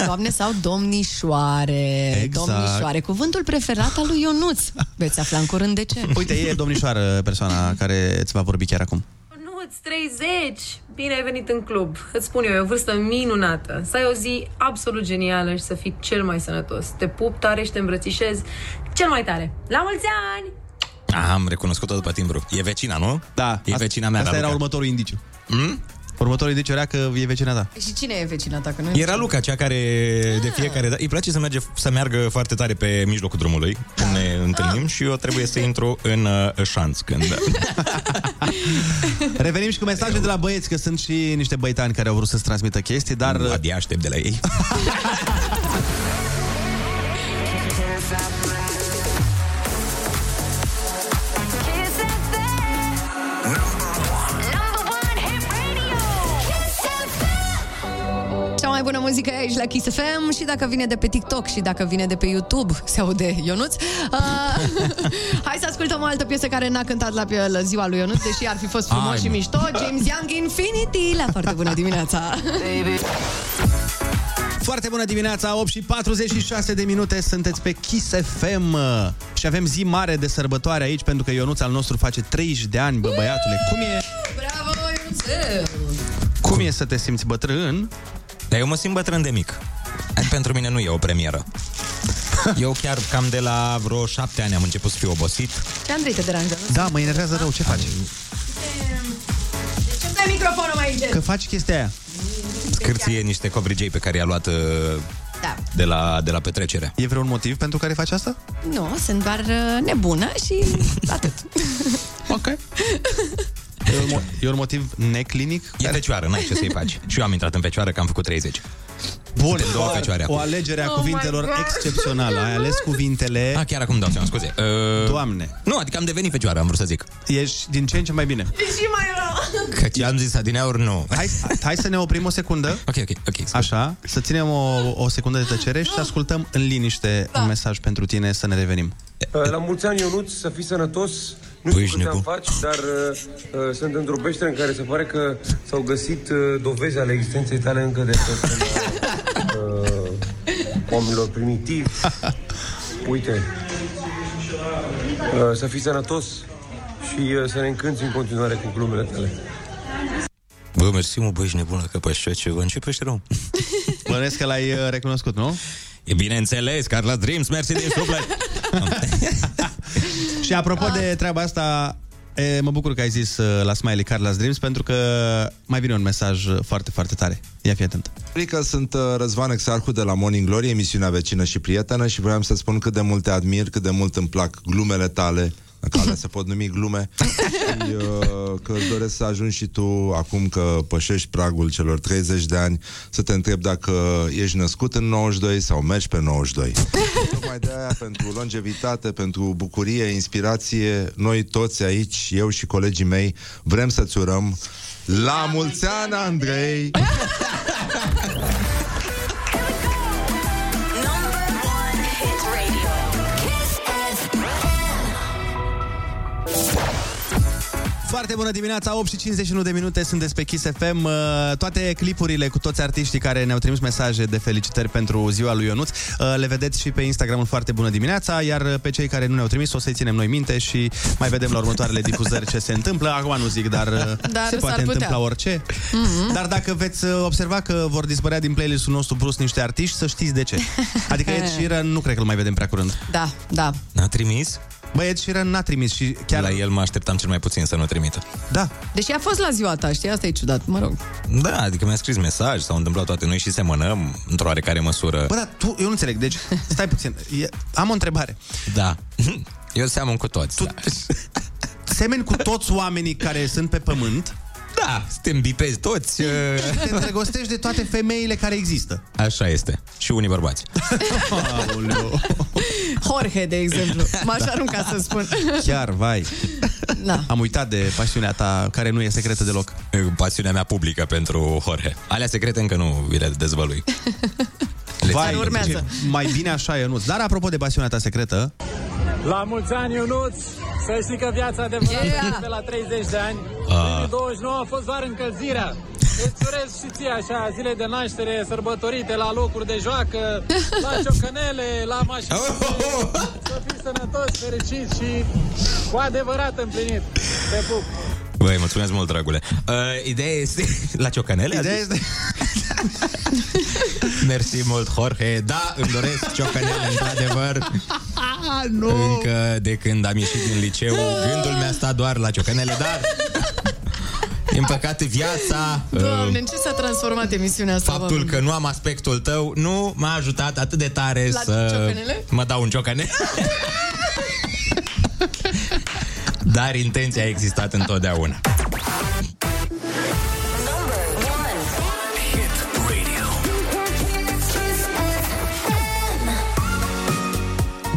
Speaker 7: Doamne sau domnișoare.
Speaker 8: Exact.
Speaker 7: Domnișoare, cuvântul preferat al lui Ionuț. Veți afla în curând de ce.
Speaker 8: Uite, e domnișoară persoana care ți va vorbi chiar acum.
Speaker 18: Ionuț, 30! Bine ai venit în club. Îți spun eu, e o vârstă minunată. Să ai o zi absolut genială și să fii cel mai sănătos. Te pup tare și te îmbrățișez cel mai tare. La mulți ani!
Speaker 2: Ah, am recunoscut-o după timbru. E vecina, nu?
Speaker 8: Da.
Speaker 2: E vecina mea,
Speaker 8: Asta era
Speaker 2: Raluca.
Speaker 8: următorul indiciu.
Speaker 2: Mm?
Speaker 8: Următorul indiciu era că e vecina ta.
Speaker 7: Și cine e vecina ta? Că nu
Speaker 2: Era Luca, cea care de fiecare dată... Îi place să, merge, să meargă foarte tare pe mijlocul drumului când ne întâlnim și eu trebuie să intru în uh, șanț când...
Speaker 8: Revenim și cu mesaje de la băieți, că sunt și niște băitani care au vrut să-ți transmită chestii, dar...
Speaker 2: Abia aștept de la ei.
Speaker 4: Kiss FM. Number one hit radio. Kiss FM.
Speaker 7: Cea mai bună muzică aici la Kiss FM și dacă vine de pe TikTok și dacă vine de pe YouTube, se aude Ionuț. Uh, [LAUGHS] hai să ascultăm o altă piesă care n-a cântat la, pe- la ziua lui Ionuț, deși ar fi fost frumos
Speaker 4: Hai,
Speaker 7: și
Speaker 4: mă.
Speaker 7: mișto. James Young Infinity la foarte bună dimineața.
Speaker 8: Foarte bună dimineața, 8 și 46 de minute, sunteți pe Kiss FM și avem zi mare de sărbătoare aici pentru că Ionuț al nostru face 30 de ani, bă băiatule. Cum e,
Speaker 7: Bravo, Ionuț!
Speaker 8: [LAUGHS]
Speaker 7: Deci,
Speaker 8: cum e să te simți bătrân?
Speaker 2: Dar eu mă simt bătrân de mic. Pentru mine nu e o premieră. Eu chiar cam de la vreo șapte ani am început să fiu obosit.
Speaker 7: Ce Andrei te deranjează?
Speaker 8: Da, mă enervează rău, ce faci?
Speaker 7: Ce stai microfonul mai gen?
Speaker 8: Că faci chestia aia.
Speaker 2: Scârție niște covrigei pe care i-a luat uh,
Speaker 7: Da.
Speaker 2: de la, de la petrecere.
Speaker 8: E vreun motiv pentru care faci asta?
Speaker 7: Nu, sunt doar uh, nebună și atât.
Speaker 8: Ok. E un, mo- e un motiv neclinic?
Speaker 2: E fecioară, n-ai ce să-i
Speaker 8: [LAUGHS]
Speaker 2: faci. Și eu am intrat în fecioară că am făcut 30.
Speaker 8: Bun,
Speaker 2: Suntem două
Speaker 8: o-
Speaker 2: fecioare acum.
Speaker 8: o alegere a
Speaker 2: Oh
Speaker 8: cuvintelor
Speaker 2: my God.
Speaker 8: excepțională. Ai ales cuvintele...
Speaker 2: Ah, chiar acum dau seama, scuze. Uh,
Speaker 8: Doamne.
Speaker 2: Nu, adică am devenit fecioară, am vrut să zic.
Speaker 8: Ești din ce în ce mai bine.
Speaker 7: Și mai rău.
Speaker 2: Că ți-am zis adineauri nu.
Speaker 8: Hai, hai să ne oprim o secundă.
Speaker 2: Ok, ok, ok.
Speaker 8: Așa, să ținem o, o secundă de tăcere
Speaker 7: Da.
Speaker 8: și să ascultăm în liniște un mesaj pentru tine să ne revenim.
Speaker 19: Uh, La mulți ani, Ionuț, să fii sănătos. Nu
Speaker 8: Păi,
Speaker 19: păi
Speaker 8: ești
Speaker 19: știu cât am
Speaker 8: nebun.
Speaker 19: faci, dar uh, uh, sunt într-o peșteră în care se pare că s-au găsit uh, dovezi ale existenței tale încă de tot uh, oamenilor primitivi. Uite, uh, să fii sănătos și uh, să ne încânți în continuare cu glumele tale.
Speaker 2: Bă, mersi mă, bă, ești nebună că păi pe așa ceva. Începește rău.
Speaker 8: Bănesc că l-ai uh, recunoscut, nu?
Speaker 2: E bineînțeles, Carla Dreams, mersi din
Speaker 8: [LAUGHS]
Speaker 2: suflet.
Speaker 8: Și apropo
Speaker 7: Da.
Speaker 8: de treaba asta, e, mă bucur că ai zis uh, la Smiley Carla's Dreams pentru că mai vine un mesaj uh, foarte, foarte tare. Ia fi atent.
Speaker 20: Rica, sunt uh, Răzvan Exarhu de la Morning Glory, emisiunea vecină și prietenă și vreau să spun cât de mult te admir, cât de mult îmi plac glumele tale, dacă alea se pot numi glume, și uh, că îți doresc să ajungi și tu, acum că pășești pragul celor 30 de ani, să te întreb dacă ești născut în 92 sau mergi pe 92. Tocmai de aia, pentru longevitate, pentru bucurie, inspirație, noi toți aici, eu și colegii mei, vrem să-ți urăm la mulți ani, Andrei!
Speaker 4: Hit radio. Kiss
Speaker 8: Foarte bună dimineața, 8 și 51 de minute sunt despre Kiss FM. Uh, Toate clipurile cu toți artiștii care ne-au trimis mesaje de felicitări pentru ziua lui Ionuț uh, le vedeți și pe Instagramul Foarte bună dimineața, iar uh, pe cei care nu ne-au trimis o să-i ținem noi minte și mai vedem la următoarele difuzări ce se întâmplă. Acum nu zic, dar, uh,
Speaker 7: Dar
Speaker 8: se
Speaker 7: s-ar
Speaker 8: poate
Speaker 7: putea.
Speaker 8: întâmpla orice. Mm-hmm. Dar dacă veți uh, observa că vor dispărea din playlistul nostru brusc niște artiști, să știți de ce. Adică Ed Sheeran nu cred că îl mai vedem prea curând.
Speaker 7: Da, da.
Speaker 2: N-a trimis?
Speaker 8: Bă, Ed Sheeran n-a trimis și chiar...
Speaker 2: La el mă așteptam cel mai puțin să nu trimită.
Speaker 8: Da.
Speaker 7: Deși a fost la ziua ta, știi? Asta e ciudat, mă rog.
Speaker 2: Da, adică mi-a scris mesaj, s-au întâmplat toate noi și semănăm într-o oarecare măsură.
Speaker 8: Bă, dar tu, eu nu înțeleg, deci stai puțin, e, am o întrebare.
Speaker 2: Da. [LAUGHS] Eu seamăn cu toți. Tu... Da.
Speaker 8: [LAUGHS] Semeni cu toți oamenii care sunt pe pământ.
Speaker 2: da, suntem bipezi toți. uh,
Speaker 8: Te îndrăgostești de toate femeile care există.
Speaker 2: [LAUGHS] Așa este. Și unii bărbați.
Speaker 8: Aoleu.
Speaker 7: Jorge, de
Speaker 8: [LAUGHS]
Speaker 7: exemplu. M-aș
Speaker 8: Da.
Speaker 7: arunca să spun.
Speaker 8: Chiar, vai.
Speaker 7: Da.
Speaker 8: Am uitat de pasiunea ta, care nu e secretă deloc.
Speaker 2: Pasiunea mea publică pentru Jorge. Alea secrete încă nu vi le dezvălui.
Speaker 8: Vai,
Speaker 2: urmează.
Speaker 8: ce- mai bine așa, Ionuț. Dar apropo de pasiunea ta secretă,
Speaker 21: La mulți ani, Ionuț! Să știi că viața adevărată
Speaker 4: Yeah!
Speaker 21: yeah. de la 30 de ani.
Speaker 4: Ah.
Speaker 21: Primii 29 a fost doar încălzirea. Îți urez și ție așa zile de naștere sărbătorite la locuri de joacă,
Speaker 4: [LAUGHS]
Speaker 21: la ciocanele, la mașini.
Speaker 4: Oh,
Speaker 21: Să fii sănătos, fericit și cu adevărat împlinit. Te pup!
Speaker 2: Băi, mulțumesc mult, dragule. Uh, ideea este... [LAUGHS] La ciocanele?
Speaker 8: Ideea
Speaker 2: este... [LAUGHS] Mersi mult, Jorge. Da, îmi doresc ciocanele, într-adevăr.
Speaker 4: nu.
Speaker 2: Încă de când am ieșit din liceu, gândul mi-a stat doar la ciocanele, dar... Din păcate, viața... uh,
Speaker 7: Doamne, în ce s-a transformat emisiunea asta?
Speaker 2: Faptul că nu am aspectul tău nu m-a ajutat atât de tare
Speaker 7: La
Speaker 2: să
Speaker 7: ciocanele?
Speaker 2: mă dau un ciocane. Dar intenția a existat întotdeauna.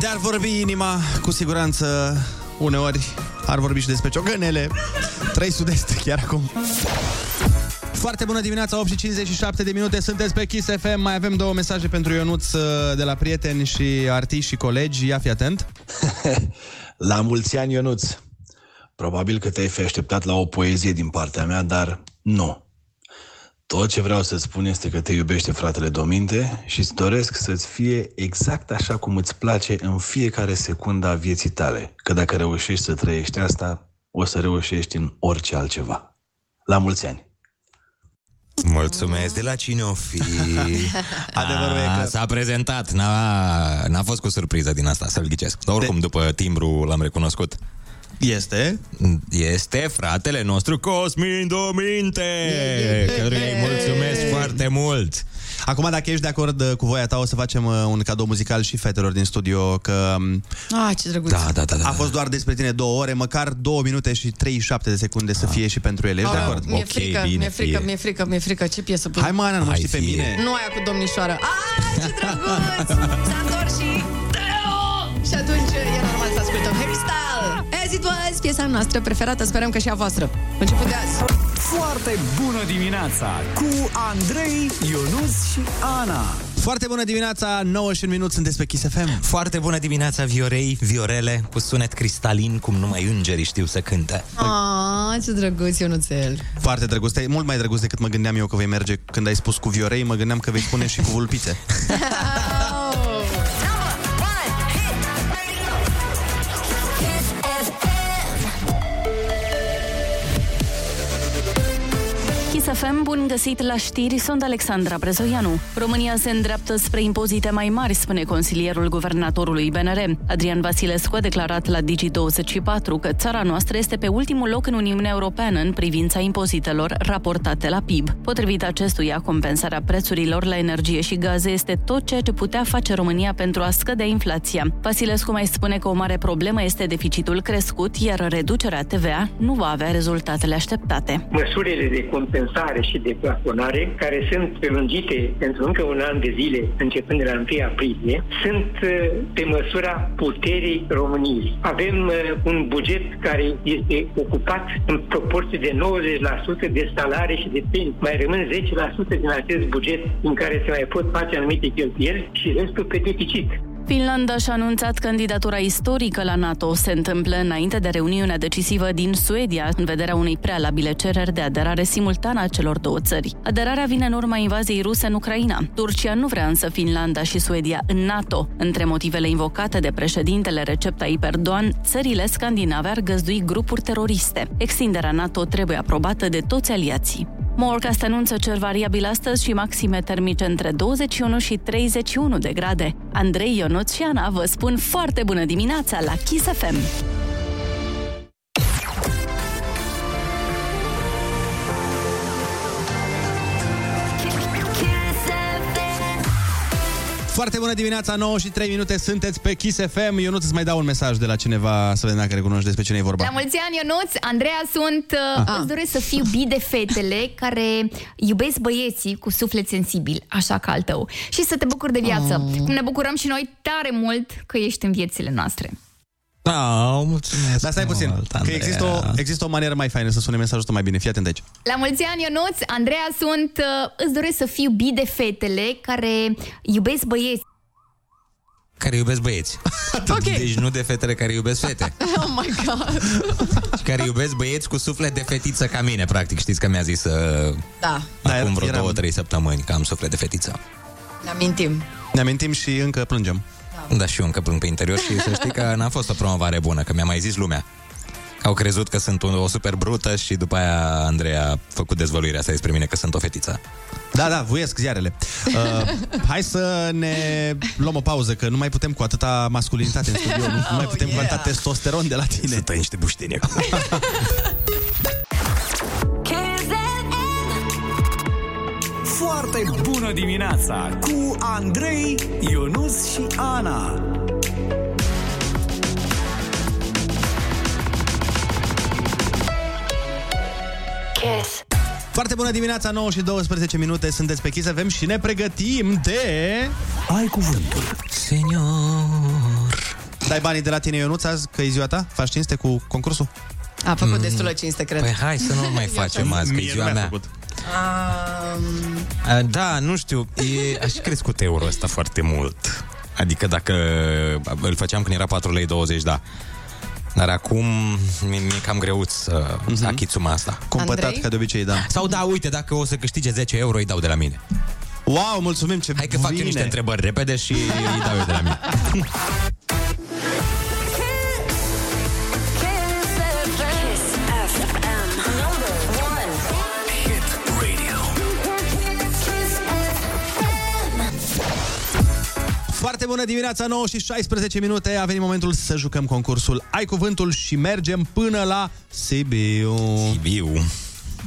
Speaker 8: de-ar vorbi inima, cu siguranță, uneori ar vorbi și despre ciocănele. Trei sudeste chiar acum. Foarte bună dimineața, 8 și 57 de minute, sunteți pe Kiss FM, mai avem două mesaje pentru Ionuț uh, de la prieteni și artiști și colegi, ia fi atent.
Speaker 22: La mulți ani, Ionuț! Probabil că te-ai fi așteptat la o poezie din partea mea, dar nu. Tot ce vreau să spun este că te iubește fratele Dominte și îți doresc să-ți fie exact așa cum îți place în fiecare secundă a vieții tale. Că dacă reușești să trăiești asta, o să reușești în orice altceva. La mulți ani!
Speaker 2: Mulțumesc, de la cine o [LAUGHS] fi?
Speaker 8: Adevărul e că-
Speaker 2: S-a prezentat, n-a, n-a fost cu surpriză din asta, să-l ghicesc. Dar oricum, după timbru l-am recunoscut.
Speaker 8: Este?
Speaker 2: Este fratele nostru Cosmin Dominte, căruia îi mulțumesc foarte mult.
Speaker 8: Acum, dacă ești de acord uh, cu voia ta, o să facem uh, un cadou muzical și fetelor din studio, că um, da,
Speaker 7: Ah, ce drăguț.
Speaker 8: A fost doar despre tine două ore, măcar două minute și 37 de secunde să fie și pentru ele. Ești de
Speaker 7: Ah,
Speaker 8: acord?
Speaker 7: Mi-e frică, mi-e frică, mi-e frică, mi-e frică, ce piesă pun?
Speaker 8: Hai, mă, Ana, nu mă știi pe mine.
Speaker 7: Nu aia cu domnișoară. Ah, ce drăguț! S-a întors și... Și atunci e normal să ascultăm Harry [LAUGHS] Styles. As it was, piesa noastră preferată, sperăm că și a voastră. Început de azi.
Speaker 1: Foarte bună dimineața cu Andrei, Ionus și Ana.
Speaker 8: Foarte bună dimineața, 9 și un minut sunteți pe Kiss FM.
Speaker 2: Foarte bună dimineața, Viorei, Viorele, cu sunet cristalin, cum numai îngerii știu să cânte.
Speaker 7: Ah, ce drăguț, Ionuțel.
Speaker 8: Foarte drăguț, e mult mai drăguț decât mă gândeam eu că vei merge când ai spus cu Viorei, mă gândeam că vei spune și cu vulpițe.
Speaker 7: Oh.
Speaker 5: Chisafem, bun găsit la știri, sunt Alexandra Brezoianu. România se îndreaptă spre impozite mai mari, spune consilierul guvernatorului BNR. Adrian Vasilescu a declarat la Digi24 că țara noastră este pe ultimul loc în Uniunea Europeană în privința impozitelor raportate la PIB. Potrivit acestuia, compensarea prețurilor la energie și gaze este tot ceea ce putea face România pentru a scădea inflația. Vasilescu mai spune că o mare problemă este deficitul crescut, iar reducerea TVA nu va avea rezultatele așteptate.
Speaker 23: măsurile de compensare și de plafonare, care sunt prelungite pentru încă un an de zile, începând de la 1 aprilie, sunt uh, pe măsura puterii României. Avem uh, un buget care este ocupat în proporție de 90% de salarii și de pensii. Mai rămân 10% din acest buget în care se mai pot face anumite cheltuieli și restul pe deficit.
Speaker 5: Finlanda și-a anunțat candidatura istorică la NATO. Se întâmplă înainte de reuniunea decisivă din Suedia, în vederea unei prealabile cereri de aderare simultană a celor două țări. Aderarea vine în urma invaziei ruse în Ucraina. Turcia nu vrea însă Finlanda și Suedia în NATO. Între motivele invocate de președintele Recep Tayyip Erdogan, țările scandinave ar găzdui grupuri teroriste. Extinderea NATO trebuie aprobată de toți aliații. Morecast anunță cer variabil astăzi și maxime termice între 21 și 31 de grade. Andrei Ionuț și Ana vă spun foarte bună dimineața la Kiss FM.
Speaker 8: Foarte bună dimineața, 9 și 3 minute sunteți pe Kiss FM. Eu nu ți mai dau un mesaj de la cineva să vedem dacă recunoști despre cine e vorba.
Speaker 24: La mulți ani, Ionuț! Andreea sunt. Ah. Îți doresc să fiu iubit de fetele care iubesc băieții cu suflet sensibil, așa ca al tău. Și să te bucuri de viață.
Speaker 5: Ah.
Speaker 24: Cum ne bucurăm și noi tare mult că ești în viețile noastre.
Speaker 2: Da, mulțumesc.
Speaker 8: Dar stai puțin, că există o, există o manieră mai faină să sune mesajul tău mai bine. Fii atent aici.
Speaker 24: La mulți ani, Ionuț! Andreea sunt. uh, Îți doresc să fiu iubit de fetele care iubesc băieții.
Speaker 2: Care iubesc [LAUGHS] băieți. okay. Deci nu de fetele care iubesc fete.
Speaker 24: Oh my God!
Speaker 8: [LAUGHS]
Speaker 2: Și care iubesc băieți cu suflet de fetiță ca mine, practic. Știți că mi-a zis uh,
Speaker 7: Da,
Speaker 2: acum vreo două, trei săptămâni că am suflet de fetiță.
Speaker 7: ne amintim.
Speaker 8: Ne amintim și încă plângem.
Speaker 2: Da, și eu încă plâng pe interior și să știi că n-a fost o promovare bună, că mi-a mai zis lumea. Că Au crezut că sunt un- o super brută și după aia Andreea a făcut dezvăluirea asta despre mine că sunt o fetiță.
Speaker 8: Da, da, vuiesc ziarele. Uh, hai să ne luăm o pauză, că nu mai putem cu atâta masculinitate în studio, nu, nu mai putem oh, yeah. planta testosteron de la tine. Să
Speaker 2: tăi niște buștini acum.
Speaker 1: [LAUGHS] Foarte bună dimineața cu Andrei, Ionus și Ana.
Speaker 8: Kiss. Foarte bună dimineața, 9 și 12 minute, sunteți pe Kiss FM și ne pregătim de...
Speaker 1: Ai cuvântul, senior.
Speaker 8: Dai banii de la tine, Ionuț, azi că e ziua ta? Faci cinste cu concursul?
Speaker 2: Mm.
Speaker 7: A făcut destul de cinste, cred.
Speaker 8: Hmm. Păi hai să nu mai
Speaker 7: Eu
Speaker 8: facem
Speaker 7: așa
Speaker 8: azi, că e
Speaker 7: zic.
Speaker 8: ziua mea.
Speaker 18: Um,
Speaker 2: Uh, Da, nu știu, e, aș crescut euro ăsta foarte mult. Adică dacă îl făceam când era 4 lei 20, da. Dar acum mi- mi-e cam greu să uh-huh. achit suma asta.
Speaker 8: Mhm. Cumpătat Andrei? ca de obicei, da.
Speaker 2: Sau da, uite, dacă o să câștige 10 euro, îi dau de la mine.
Speaker 8: Wow, mulțumim ce
Speaker 2: Hai că fac eu niște întrebări repede și îi dau eu de la mine.
Speaker 4: Kiss FM. Kiss FM. Number one. Hit radio. Kiss FM.
Speaker 8: Foarte bună dimineața, 9 și 16 minute. A venit momentul să jucăm concursul Ai Cuvântul și mergem până la Sibiu.
Speaker 2: Sibiu.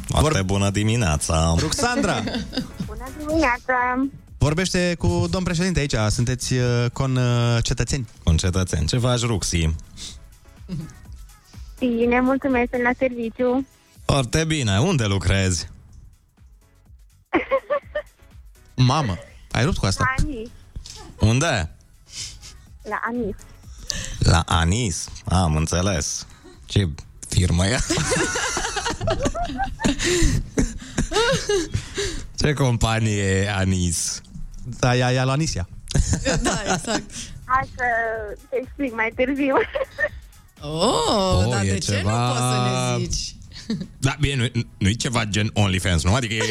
Speaker 2: Foarte bună
Speaker 8: [LAUGHS]
Speaker 2: dimineața.
Speaker 7: [LAUGHS]
Speaker 8: Ruxandra,
Speaker 10: Bună dimineața!
Speaker 8: vorbește cu domn președinte aici. Sunteți uh, con uh, cetățeni.
Speaker 2: Con cetățeni. Ce faci, Ruxi?
Speaker 10: Bine, mulțumesc, sunt la serviciu.
Speaker 2: Foarte bine. Unde lucrezi?
Speaker 8: Mamă, ai rupt cu
Speaker 10: La Anis.
Speaker 2: Unde?
Speaker 10: La
Speaker 7: [LAUGHS]
Speaker 10: Anis.
Speaker 2: La Anis. Am înțeles. Ce firmă e? Ce companie e Anis?
Speaker 8: Da, ea, ea la Anisia.
Speaker 10: Da, exact. Hai să te explic mai târziu.
Speaker 7: Oh, dar
Speaker 2: e
Speaker 7: de ce nu
Speaker 2: ceva-
Speaker 7: poți să ne zici?
Speaker 2: [LAUGHS] Da, bine, nu, nu e ceva gen OnlyFans, nu? Adică e...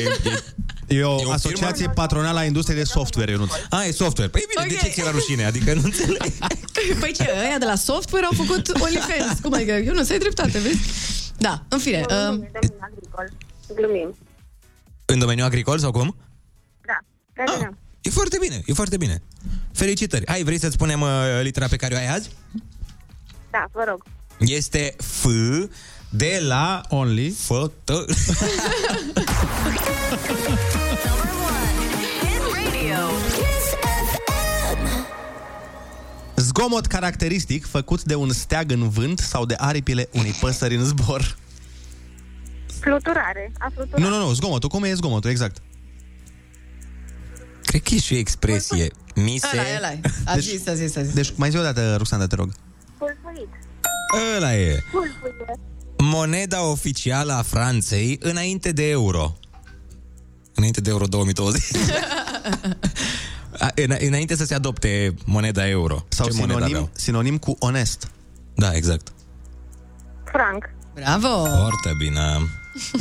Speaker 8: e, e o
Speaker 2: firmă?
Speaker 8: asociație patronală a industriei de software, Ionuț.
Speaker 2: Ah, e software. Păi bine, okay. de ce ți era rușine? Adică nu înțeleg.
Speaker 7: [LAUGHS] Păi ce, ăia de la software au făcut OnlyFans. Cum adică? Eu nu, să ai dreptate, vezi? Da, în fine. Um,
Speaker 10: Glumim.
Speaker 2: [LAUGHS] În domeniul agricol sau cum?
Speaker 10: Da. Da,
Speaker 7: Ah,
Speaker 10: da, da.
Speaker 2: E foarte bine, e foarte bine. Felicitări. Hai, vrei să-ți spunem uh, litera pe care o ai azi?
Speaker 10: Da, vă rog.
Speaker 2: Este F de la Only Fătă.
Speaker 4: Hit radio. Kiss FM.
Speaker 8: Zgomot caracteristic făcut de un steag în vânt sau de aripile unei păsări în zbor.
Speaker 10: Fluturare. A fluturat.
Speaker 8: Nu, nu, nu, zgomotul. Cum e zgomotul, exact?
Speaker 2: Cred că e și o expresie. [LAUGHS] Mi
Speaker 7: ăla, ăla, a
Speaker 8: Deci-
Speaker 7: zis, a zis, a zis.
Speaker 8: Deci mai zi o dată, Ruxandra, te rog.
Speaker 10: Pulpuit.
Speaker 2: Ăla e.
Speaker 7: [LAUGHS]
Speaker 10: Pulpuit.
Speaker 2: Moneda oficială a Franței înainte de euro. Înainte de euro 2020. [LAUGHS] A, în- înainte să se adopte moneda euro.
Speaker 8: Sau
Speaker 2: monedă
Speaker 8: sinonim,
Speaker 2: aveau?
Speaker 8: sinonim cu onest.
Speaker 2: Da, exact.
Speaker 10: Frank.
Speaker 7: Bravo!
Speaker 2: Foarte bine.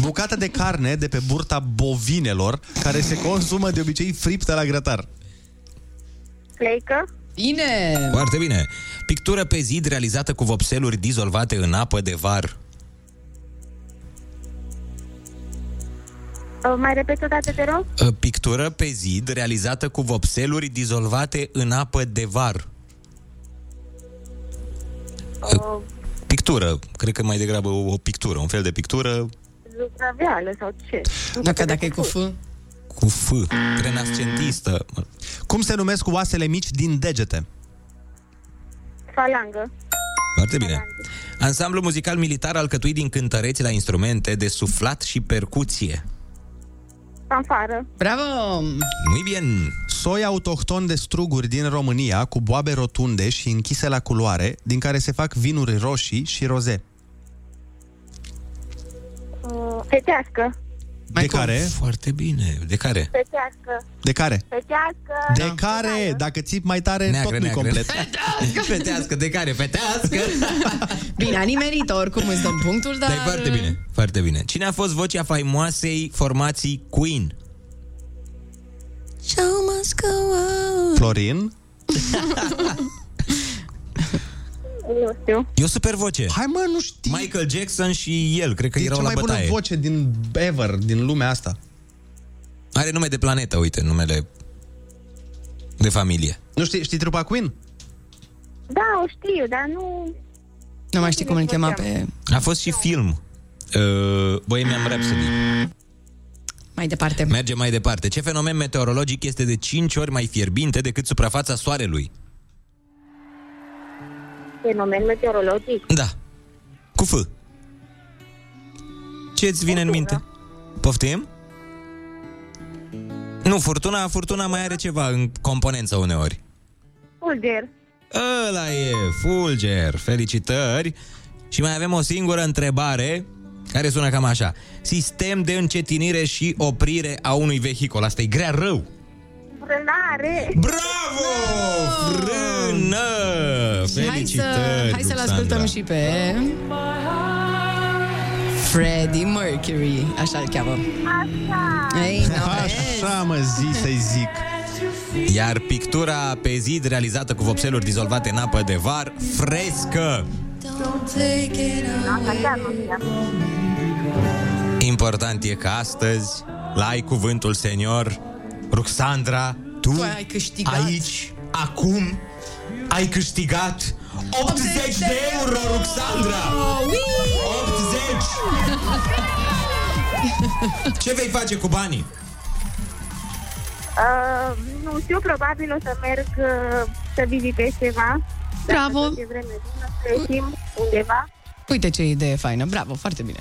Speaker 8: Bucată de carne de pe burta bovinelor, care se consumă de obicei friptă la grătar.
Speaker 10: Pleică.
Speaker 7: Bine!
Speaker 2: Foarte bine. Pictură pe zid realizată cu vopseluri dizolvate în apă de var.
Speaker 10: Uh, Mai repet o dată, te rog?
Speaker 2: Ă, Pictură pe zid realizată cu vopseluri dizolvate în apă de var.
Speaker 10: O
Speaker 2: Pictură. Cred că mai degrabă o o pictură, un fel de pictură
Speaker 10: zugraveală sau ce?
Speaker 7: Dacă, dacă e cu F.
Speaker 2: cu F, renascentistă.
Speaker 8: Cum se numesc oasele mici din degete?
Speaker 10: Falangă.
Speaker 2: Foarte bine. Ansamblu muzical militar alcătuit din cântăreți la instrumente de suflat și percuție.
Speaker 10: Fanfară.
Speaker 7: Bravo!
Speaker 2: Muy bien.
Speaker 8: Soi autohton de struguri din România cu boabe rotunde și închise la culoare, din care se fac vinuri roșii și roze.
Speaker 10: Uh, Fetească.
Speaker 8: de care?
Speaker 2: Foarte bine. De care?
Speaker 10: Fetească.
Speaker 8: De care?
Speaker 10: Fetească.
Speaker 2: Da.
Speaker 8: De
Speaker 7: Da.
Speaker 8: care? Dacă ții mai tare,
Speaker 2: Neagră,
Speaker 8: tot nu
Speaker 2: neagră.
Speaker 7: [LAUGHS]
Speaker 8: complet.
Speaker 2: Fetească, de care? Fetească?
Speaker 8: [LAUGHS]
Speaker 7: Bine, a nimerit oricum îți dăm punctul, dar...
Speaker 2: Dar e foarte bine, foarte bine. Cine a fost vocea faimoasei formații Queen?
Speaker 7: Show must go on.
Speaker 8: Florin?
Speaker 10: [LAUGHS] Nu știu.
Speaker 2: E o super voce.
Speaker 8: Hai mă, nu știi.
Speaker 2: Michael Jackson și el, cred că
Speaker 8: E
Speaker 2: erau
Speaker 8: cea
Speaker 2: la
Speaker 8: mai bună
Speaker 2: bătaie.
Speaker 8: voce din ever, din lumea asta.
Speaker 2: Are nume de planetă, uite, numele de familie.
Speaker 8: Nu știi, știi trupa Queen?
Speaker 10: Da, o știu, dar nu...
Speaker 7: Nu mai știu cum îl chema pe...
Speaker 2: A fost și film. Uh, Bohemian Rhapsody.
Speaker 7: Mai departe.
Speaker 2: Mergem mai departe. Ce fenomen meteorologic este de 5 ori mai fierbinte decât suprafața soarelui?
Speaker 10: Fenomen meteorologic.
Speaker 2: Da. Cu F. Ce-ți vine în minte? Poftim? Nu, furtuna, furtuna mai are ceva în componență uneori.
Speaker 10: Fulger.
Speaker 2: Ăla e, fulger, felicitări Și mai avem o singură întrebare care sună cam așa. Sistem de încetinire și oprire a unui vehicul. Asta e grea rău.
Speaker 10: Frânare!
Speaker 2: Bravo! Frână!
Speaker 7: Mm. Hai să,
Speaker 2: Felicitări,
Speaker 7: hai să-l
Speaker 2: Ruxandra.
Speaker 7: ascultăm și pe... Freddie Mercury, așa îl cheamă. Ei, nu
Speaker 2: Așa
Speaker 8: Da,
Speaker 2: mă zi să-i zic Iar pictura pe zid realizată cu vopseluri dizolvate în apă de var Frescă Important e că astăzi La ai cuvântul senior Ruxandra Tu,
Speaker 7: Tu ai câștigat.
Speaker 2: aici, acum Ai
Speaker 7: [LAUGHS]
Speaker 2: câștigat 80 de euro, Ruxandra
Speaker 4: Oh, ui!
Speaker 2: 80 Ce vei face cu banii?
Speaker 4: Ah,
Speaker 10: Uh, nu știu, probabil o să merg uh, să vizitez ceva.
Speaker 7: Bravo!
Speaker 10: Dacă tot e vreme bună, să
Speaker 4: é
Speaker 10: ieșim undeva.
Speaker 7: Uite ce idee faină, bravo, foarte bine.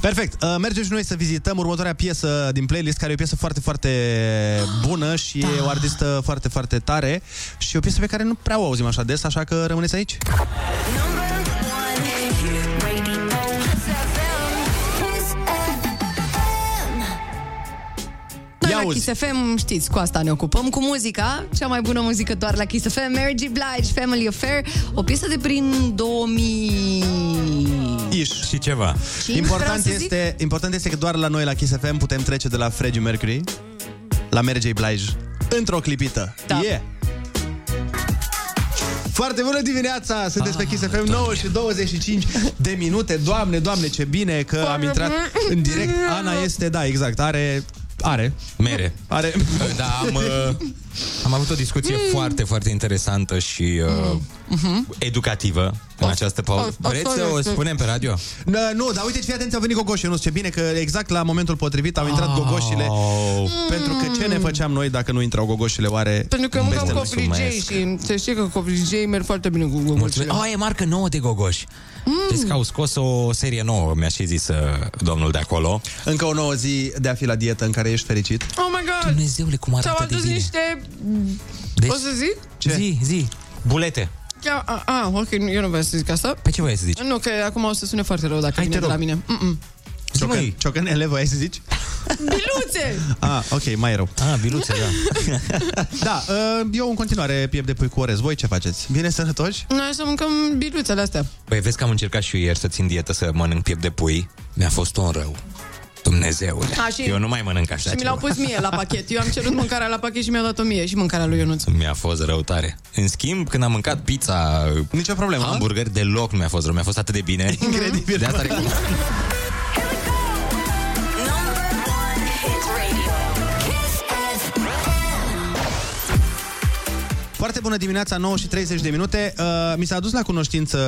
Speaker 8: Perfect. Uh, Mergem și noi să vizităm următoarea piesă din playlist, care e o piesă foarte, foarte
Speaker 7: [GASPS]
Speaker 8: bună și da. e o artistă foarte, foarte tare și e o piesă pe care nu prea o auzim așa des, așa că rămâneți aici.
Speaker 7: Noi la Kiss FM, știți, cu asta ne ocupăm, cu muzica, cea mai bună muzică doar la Kiss FM, Mary G. Blige, Family Affair, o piesă de prin 2000...
Speaker 2: Ish. Și ceva.
Speaker 7: Cinci, vreau
Speaker 8: Important
Speaker 7: să zic.
Speaker 8: este, important este că doar la noi la Kiss FM putem trece de la Freddie Mercury la Mary J. Blige într-o clipită. Da. Yeah. Foarte bună dimineața! Sunteți pe Kiss
Speaker 2: Ah,
Speaker 8: FM 9 și 25 de minute. Doamne, doamne, ce bine că am intrat în direct. Ana este, da, exact, are... Are.
Speaker 2: Mere.
Speaker 8: Are.
Speaker 2: [LAUGHS] Da, am, uh, am avut o discuție mm. foarte, foarte interesantă și
Speaker 7: Mm.
Speaker 2: uh,
Speaker 7: Uhum.
Speaker 4: Mhm.
Speaker 2: educativă în această pauză.
Speaker 8: of-
Speaker 2: Vreți să o
Speaker 8: absolut.
Speaker 2: spunem pe radio?
Speaker 8: Nă, nu, dar uite, fii atenție, au venit gogoșii, nu ce bine că exact la momentul potrivit au
Speaker 2: Ah.
Speaker 8: intrat gogoșile. Pentru că ce ne făceam noi dacă nu intrau gogoșile, oare...
Speaker 7: Oh. Pentru că mâncam
Speaker 8: vestelul?
Speaker 7: covligei și se știe că covligei merg foarte bine cu
Speaker 2: Mulțumesc. Oh, e marcă nouă de gogoși. Mm. Deci că au scos o serie nouă, mi-a și zis uh, domnul de acolo.
Speaker 8: Încă o nouă zi de a fi la dietă în care ești fericit.
Speaker 7: Oh my god!
Speaker 2: Dumnezeule, cum arată
Speaker 7: S-au
Speaker 2: de
Speaker 7: adus
Speaker 2: bine.
Speaker 7: niște...
Speaker 2: Deci-
Speaker 7: O să zic?
Speaker 2: Ce? Zi, zi. Bulete.
Speaker 7: A, a, a, ok, nu- eu nu vreau să zic asta.
Speaker 2: Pe Păi ce voiai să zici?
Speaker 7: Nu, că acum o să sune foarte rău dacă Hai, vine de la mine. Mm-mm.
Speaker 8: Ciocan, ciocanele, voiai să zici?
Speaker 7: Biluțe!
Speaker 8: Ah, ok, mai rău.
Speaker 2: Ah, biluțe, da.
Speaker 8: [LAUGHS] da, uh, eu în continuare piept de pui cu orez. Păi, Voi ce faceți? Bine sănătoși?
Speaker 7: Noi o să mâncăm biluțele astea.
Speaker 2: Păi vezi că am încercat și eu ieri să țin dietă, să mănânc piept de pui. Mi-a fost un rău. Dumnezeule.
Speaker 7: A, și-
Speaker 2: Eu nu mai mănânc așa
Speaker 7: și mi
Speaker 2: ceva.
Speaker 7: l-au pus mie la pachet. Eu am cerut mâncarea la pachet și mi-au dat-o mie și mâncarea lui Ionuț.
Speaker 2: Mi-a fost rău tare. În schimb, când am mâncat pizza,
Speaker 8: nicio problemă.
Speaker 2: Hamburger deloc nu mi-a fost rău, mi-a fost atât de bine.
Speaker 8: Incredibil.
Speaker 2: De asta recomand.
Speaker 8: Foarte bună dimineața, 9 și 30 de minute. Uh, mi s-a adus la cunoștință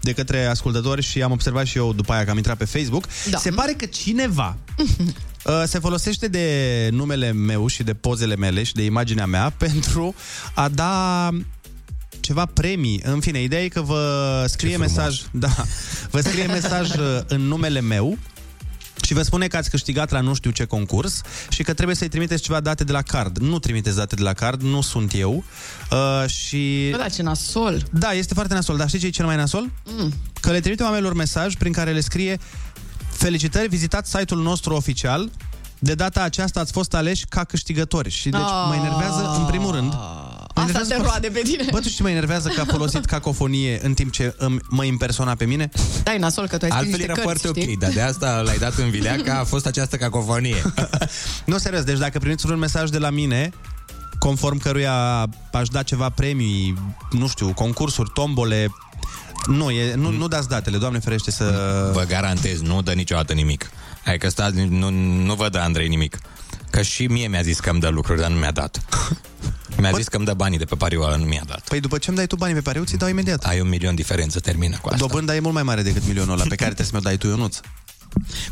Speaker 8: de către ascultători și am observat și eu după aia că am intrat pe Facebook. Da. Se pare că cineva uh, se folosește de numele meu și de pozele mele și de imaginea mea [LAUGHS] pentru a da ceva premii. În fine, ideea e că vă scrie mesaj, [LAUGHS] da, vă scrie mesaj uh, în numele meu și vă spune că ați câștigat la nu știu ce concurs și că trebuie să-i trimiteți ceva date de la card. Nu trimiteți date de la card, nu sunt eu. Uh, și...
Speaker 7: Bă, da, ce nasol!
Speaker 8: Da, este foarte nasol, dar știi ce e cel mai nasol? Mm. Că le trimite oamenilor mesaj prin care le scrie Felicitări, vizitați site-ul nostru oficial. De data aceasta ați fost aleși ca câștigători. Și deci mă enervează în primul rând. Mă
Speaker 7: Ah. Asta
Speaker 8: enervează
Speaker 7: te
Speaker 8: foarte-
Speaker 7: roade pe tine.
Speaker 8: Bă, tu știi, mă enervează că a
Speaker 7: [LAUGHS]
Speaker 8: folosit cacofonie în timp ce îmi, mă impersona pe mine?
Speaker 7: Dai nasol că tu ai scris
Speaker 2: Altfel
Speaker 7: niște
Speaker 2: era
Speaker 7: cărți,
Speaker 2: foarte
Speaker 7: știi?
Speaker 2: ok, da, dar de asta l-ai dat în vilea că a fost această cacofonie.
Speaker 8: [LAUGHS] Nu, serios, deci dacă primiți un mesaj de la mine, conform căruia aș da ceva premii, nu știu, concursuri, tombole, nu, e,
Speaker 2: Mm.
Speaker 8: nu, nu dați datele, doamne ferește să...
Speaker 2: Vă garantez, nu dă niciodată nimic. Hai că stați, nu, nu vă dă Andrei nimic. Că și mie mi-a zis că îmi dă lucruri, dar nu mi-a [LAUGHS] dat. Mi-a zis că îmi dă banii de pe pariu, ăla nu mi-a dat.
Speaker 8: Păi după ce îmi dai tu banii pe pariu, ți dau imediat.
Speaker 2: Ai un milion diferență, termină cu asta.
Speaker 8: Dobânda e mult mai mare decât milionul ăla pe care trebuie să mi-o dai tu, Ionuț.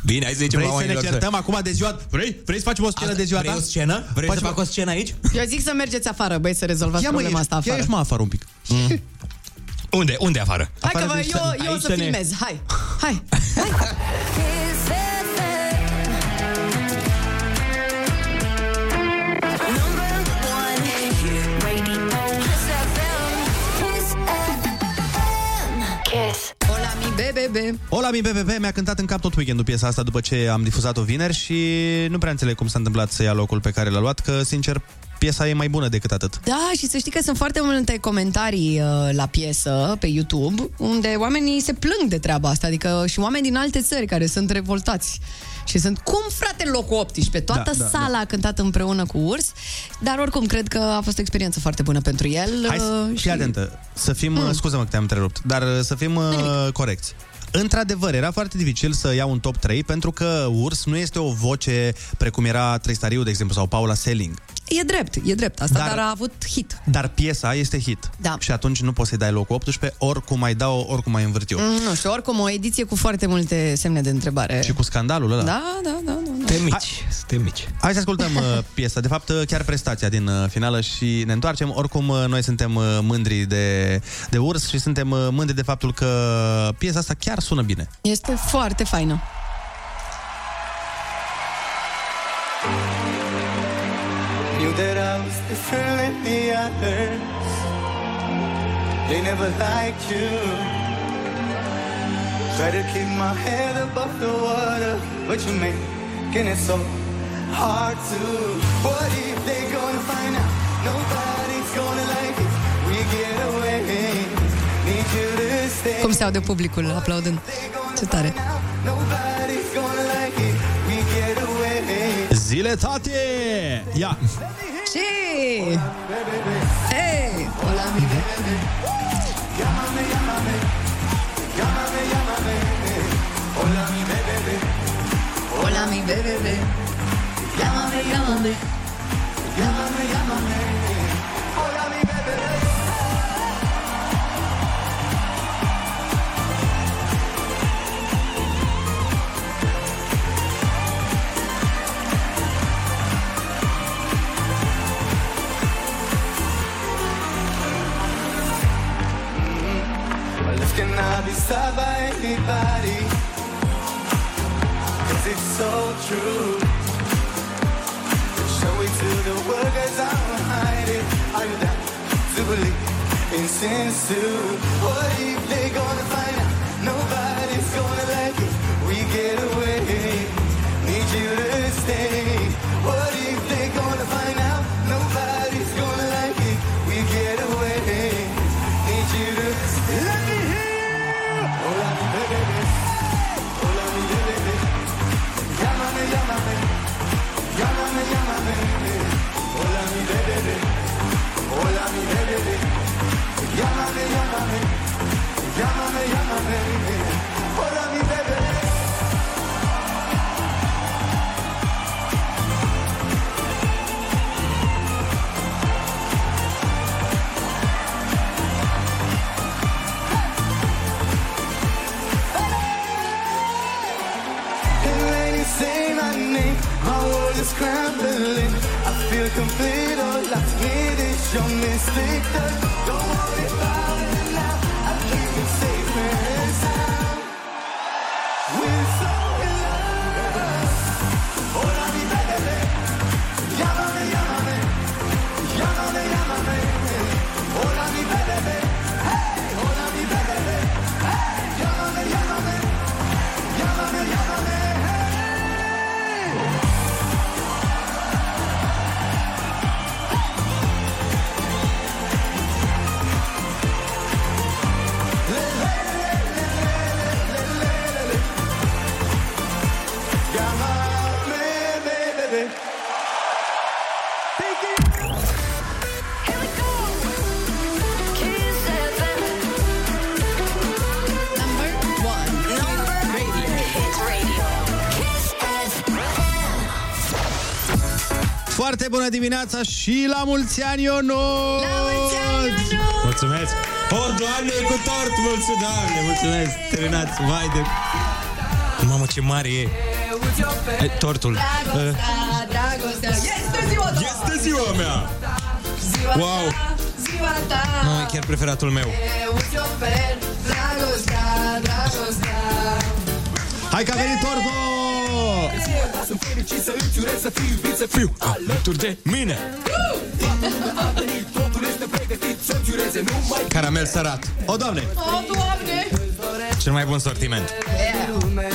Speaker 2: Bine, hai să zicem
Speaker 8: Vrei
Speaker 2: la
Speaker 8: să ne
Speaker 2: oamenilor
Speaker 8: certăm acum de ziua? Vrei? Vrei să facem o scenă de ziua
Speaker 2: vrei
Speaker 8: ta?
Speaker 2: o scenă? Vrei să fac o scenă aici?
Speaker 7: Eu zic să mergeți afară, băi, să rezolvați
Speaker 8: Ia mă,
Speaker 7: problema
Speaker 8: ieși,
Speaker 7: asta
Speaker 8: ia
Speaker 7: afară.
Speaker 8: ieși mă afară un pic.
Speaker 2: Mm.
Speaker 8: [LAUGHS]
Speaker 2: Unde? Unde afară?
Speaker 7: Hai că vă, eu, eu o să filmez, hai, hai. Hola mi BBB
Speaker 8: Ola, mi BBB mi-a cântat în cap tot weekendul piesa asta după ce am difuzat-o vineri și nu prea înțeleg cum s-a întâmplat să ia locul pe care l-a luat, că, sincer, piesa e mai bună decât atât.
Speaker 7: Da, și să știi că sunt foarte multe comentarii uh, la piesă pe YouTube, unde oamenii se plâng de treaba asta, adică și oameni din alte țări care sunt revoltați. Și sunt, cum frate, locul 18? Toată
Speaker 8: Da,
Speaker 7: da,
Speaker 8: da,
Speaker 7: sala da. a cântat împreună cu Urs, dar oricum cred că a fost o experiență foarte bună pentru el.
Speaker 8: Hai să
Speaker 7: uh,
Speaker 8: fii și... atentă. Să fim, mm. scuză-mă că te-am întrerupt, dar uh, să fim uh, corecți. Într-adevăr, era foarte dificil să iau un top 3 pentru că Urs nu este o voce precum era Tristariu, de exemplu, sau Paula Selling.
Speaker 7: E drept, e drept asta,
Speaker 8: Dar-
Speaker 7: dar, dar a avut hit.
Speaker 8: Dar piesa este hit.
Speaker 7: Da.
Speaker 8: Și atunci nu poți să-i dai locul 18, oricum mai dau, oricum mai învârt eu.
Speaker 7: Mm, Nu știu, oricum o ediție cu foarte multe semne de întrebare.
Speaker 8: Și cu scandalul ăla.
Speaker 7: Da, da, da, da. da.
Speaker 8: mici, suntem mici. Hai să ascultăm uh, piesa, de fapt uh, chiar prestația din uh, finală și ne întoarcem. Oricum uh, noi suntem uh, mândri de, de urs și suntem uh, mândri de faptul că piesa asta chiar sună bine.
Speaker 7: Este foarte faină.
Speaker 25: Knew that I was different than the others. They never liked you. Try to keep my head above the water, but you making it so hard to. What if they gonna find out? Nobody's gonna like it. We get away. Need you to stay.
Speaker 7: Cum se aude publicul aplaudând. Ce tare.
Speaker 25: Nobody's gonna like it. We get away.
Speaker 8: Zile tate! Ia!
Speaker 7: Ce? Eh. Hey! Hola, mi bebe. Hola, mi bebe. Llámame, llámame.
Speaker 25: Llámame, llámame. Hola, mi bebé. Well, if can I be stopped by anybody? 'Cause it's so true. Show it to the world, cause I don't hide it. Are you down to believe in sins too? What if they gonna find out? Nobody's gonna like it. We get away. Need you to stay. What if they gonna find out? Nobody's gonna like it. We get away. Need you to stay. Let me hear you. Hola, mi bebé. Hola, mi bebé. Llámame, llámame. Llámame, llámame, hola mi bebé, hola mi bebé, llámame, llámame, llámame, llámame, hola mi bebé. And when you say my name, my world is scrambling. I feel complete, all I need is your mystic touch. Don't worry about it now, I keep it safe and sound. We're so in love. Hola mi bebé, llámame, llámame, llámame, llámame. Hola mi bebé, hey, hola mi bebé, hey, llámame, llámame, llámame, llámame.
Speaker 8: Foarte bună dimineața și la mulți ani, Ionut! La mulți ani, Ionut!
Speaker 2: Mulțumesc! O, doamne, e cu tort! Mulțumesc, doamne, mulțumesc! Terminați, vai de... Mamă, ce mare e! E, tortul. E,
Speaker 7: dragostea, este ziua ta!
Speaker 2: Este ziua mea!
Speaker 7: Ziua
Speaker 2: Wow!
Speaker 7: Ziua ta!
Speaker 2: Mamă, e chiar preferatul meu.
Speaker 7: Eu ofer dragostea, dragostea.
Speaker 8: Hai că a venit tortul!
Speaker 25: Sunt fericit să îți urez să fii iubit, să fiu alături de mine Totul este pregătit să-ți ureze numai
Speaker 2: Caramel sărat. O, doamne!
Speaker 7: O, Oh, Doamne!
Speaker 2: Cel mai bun sortiment.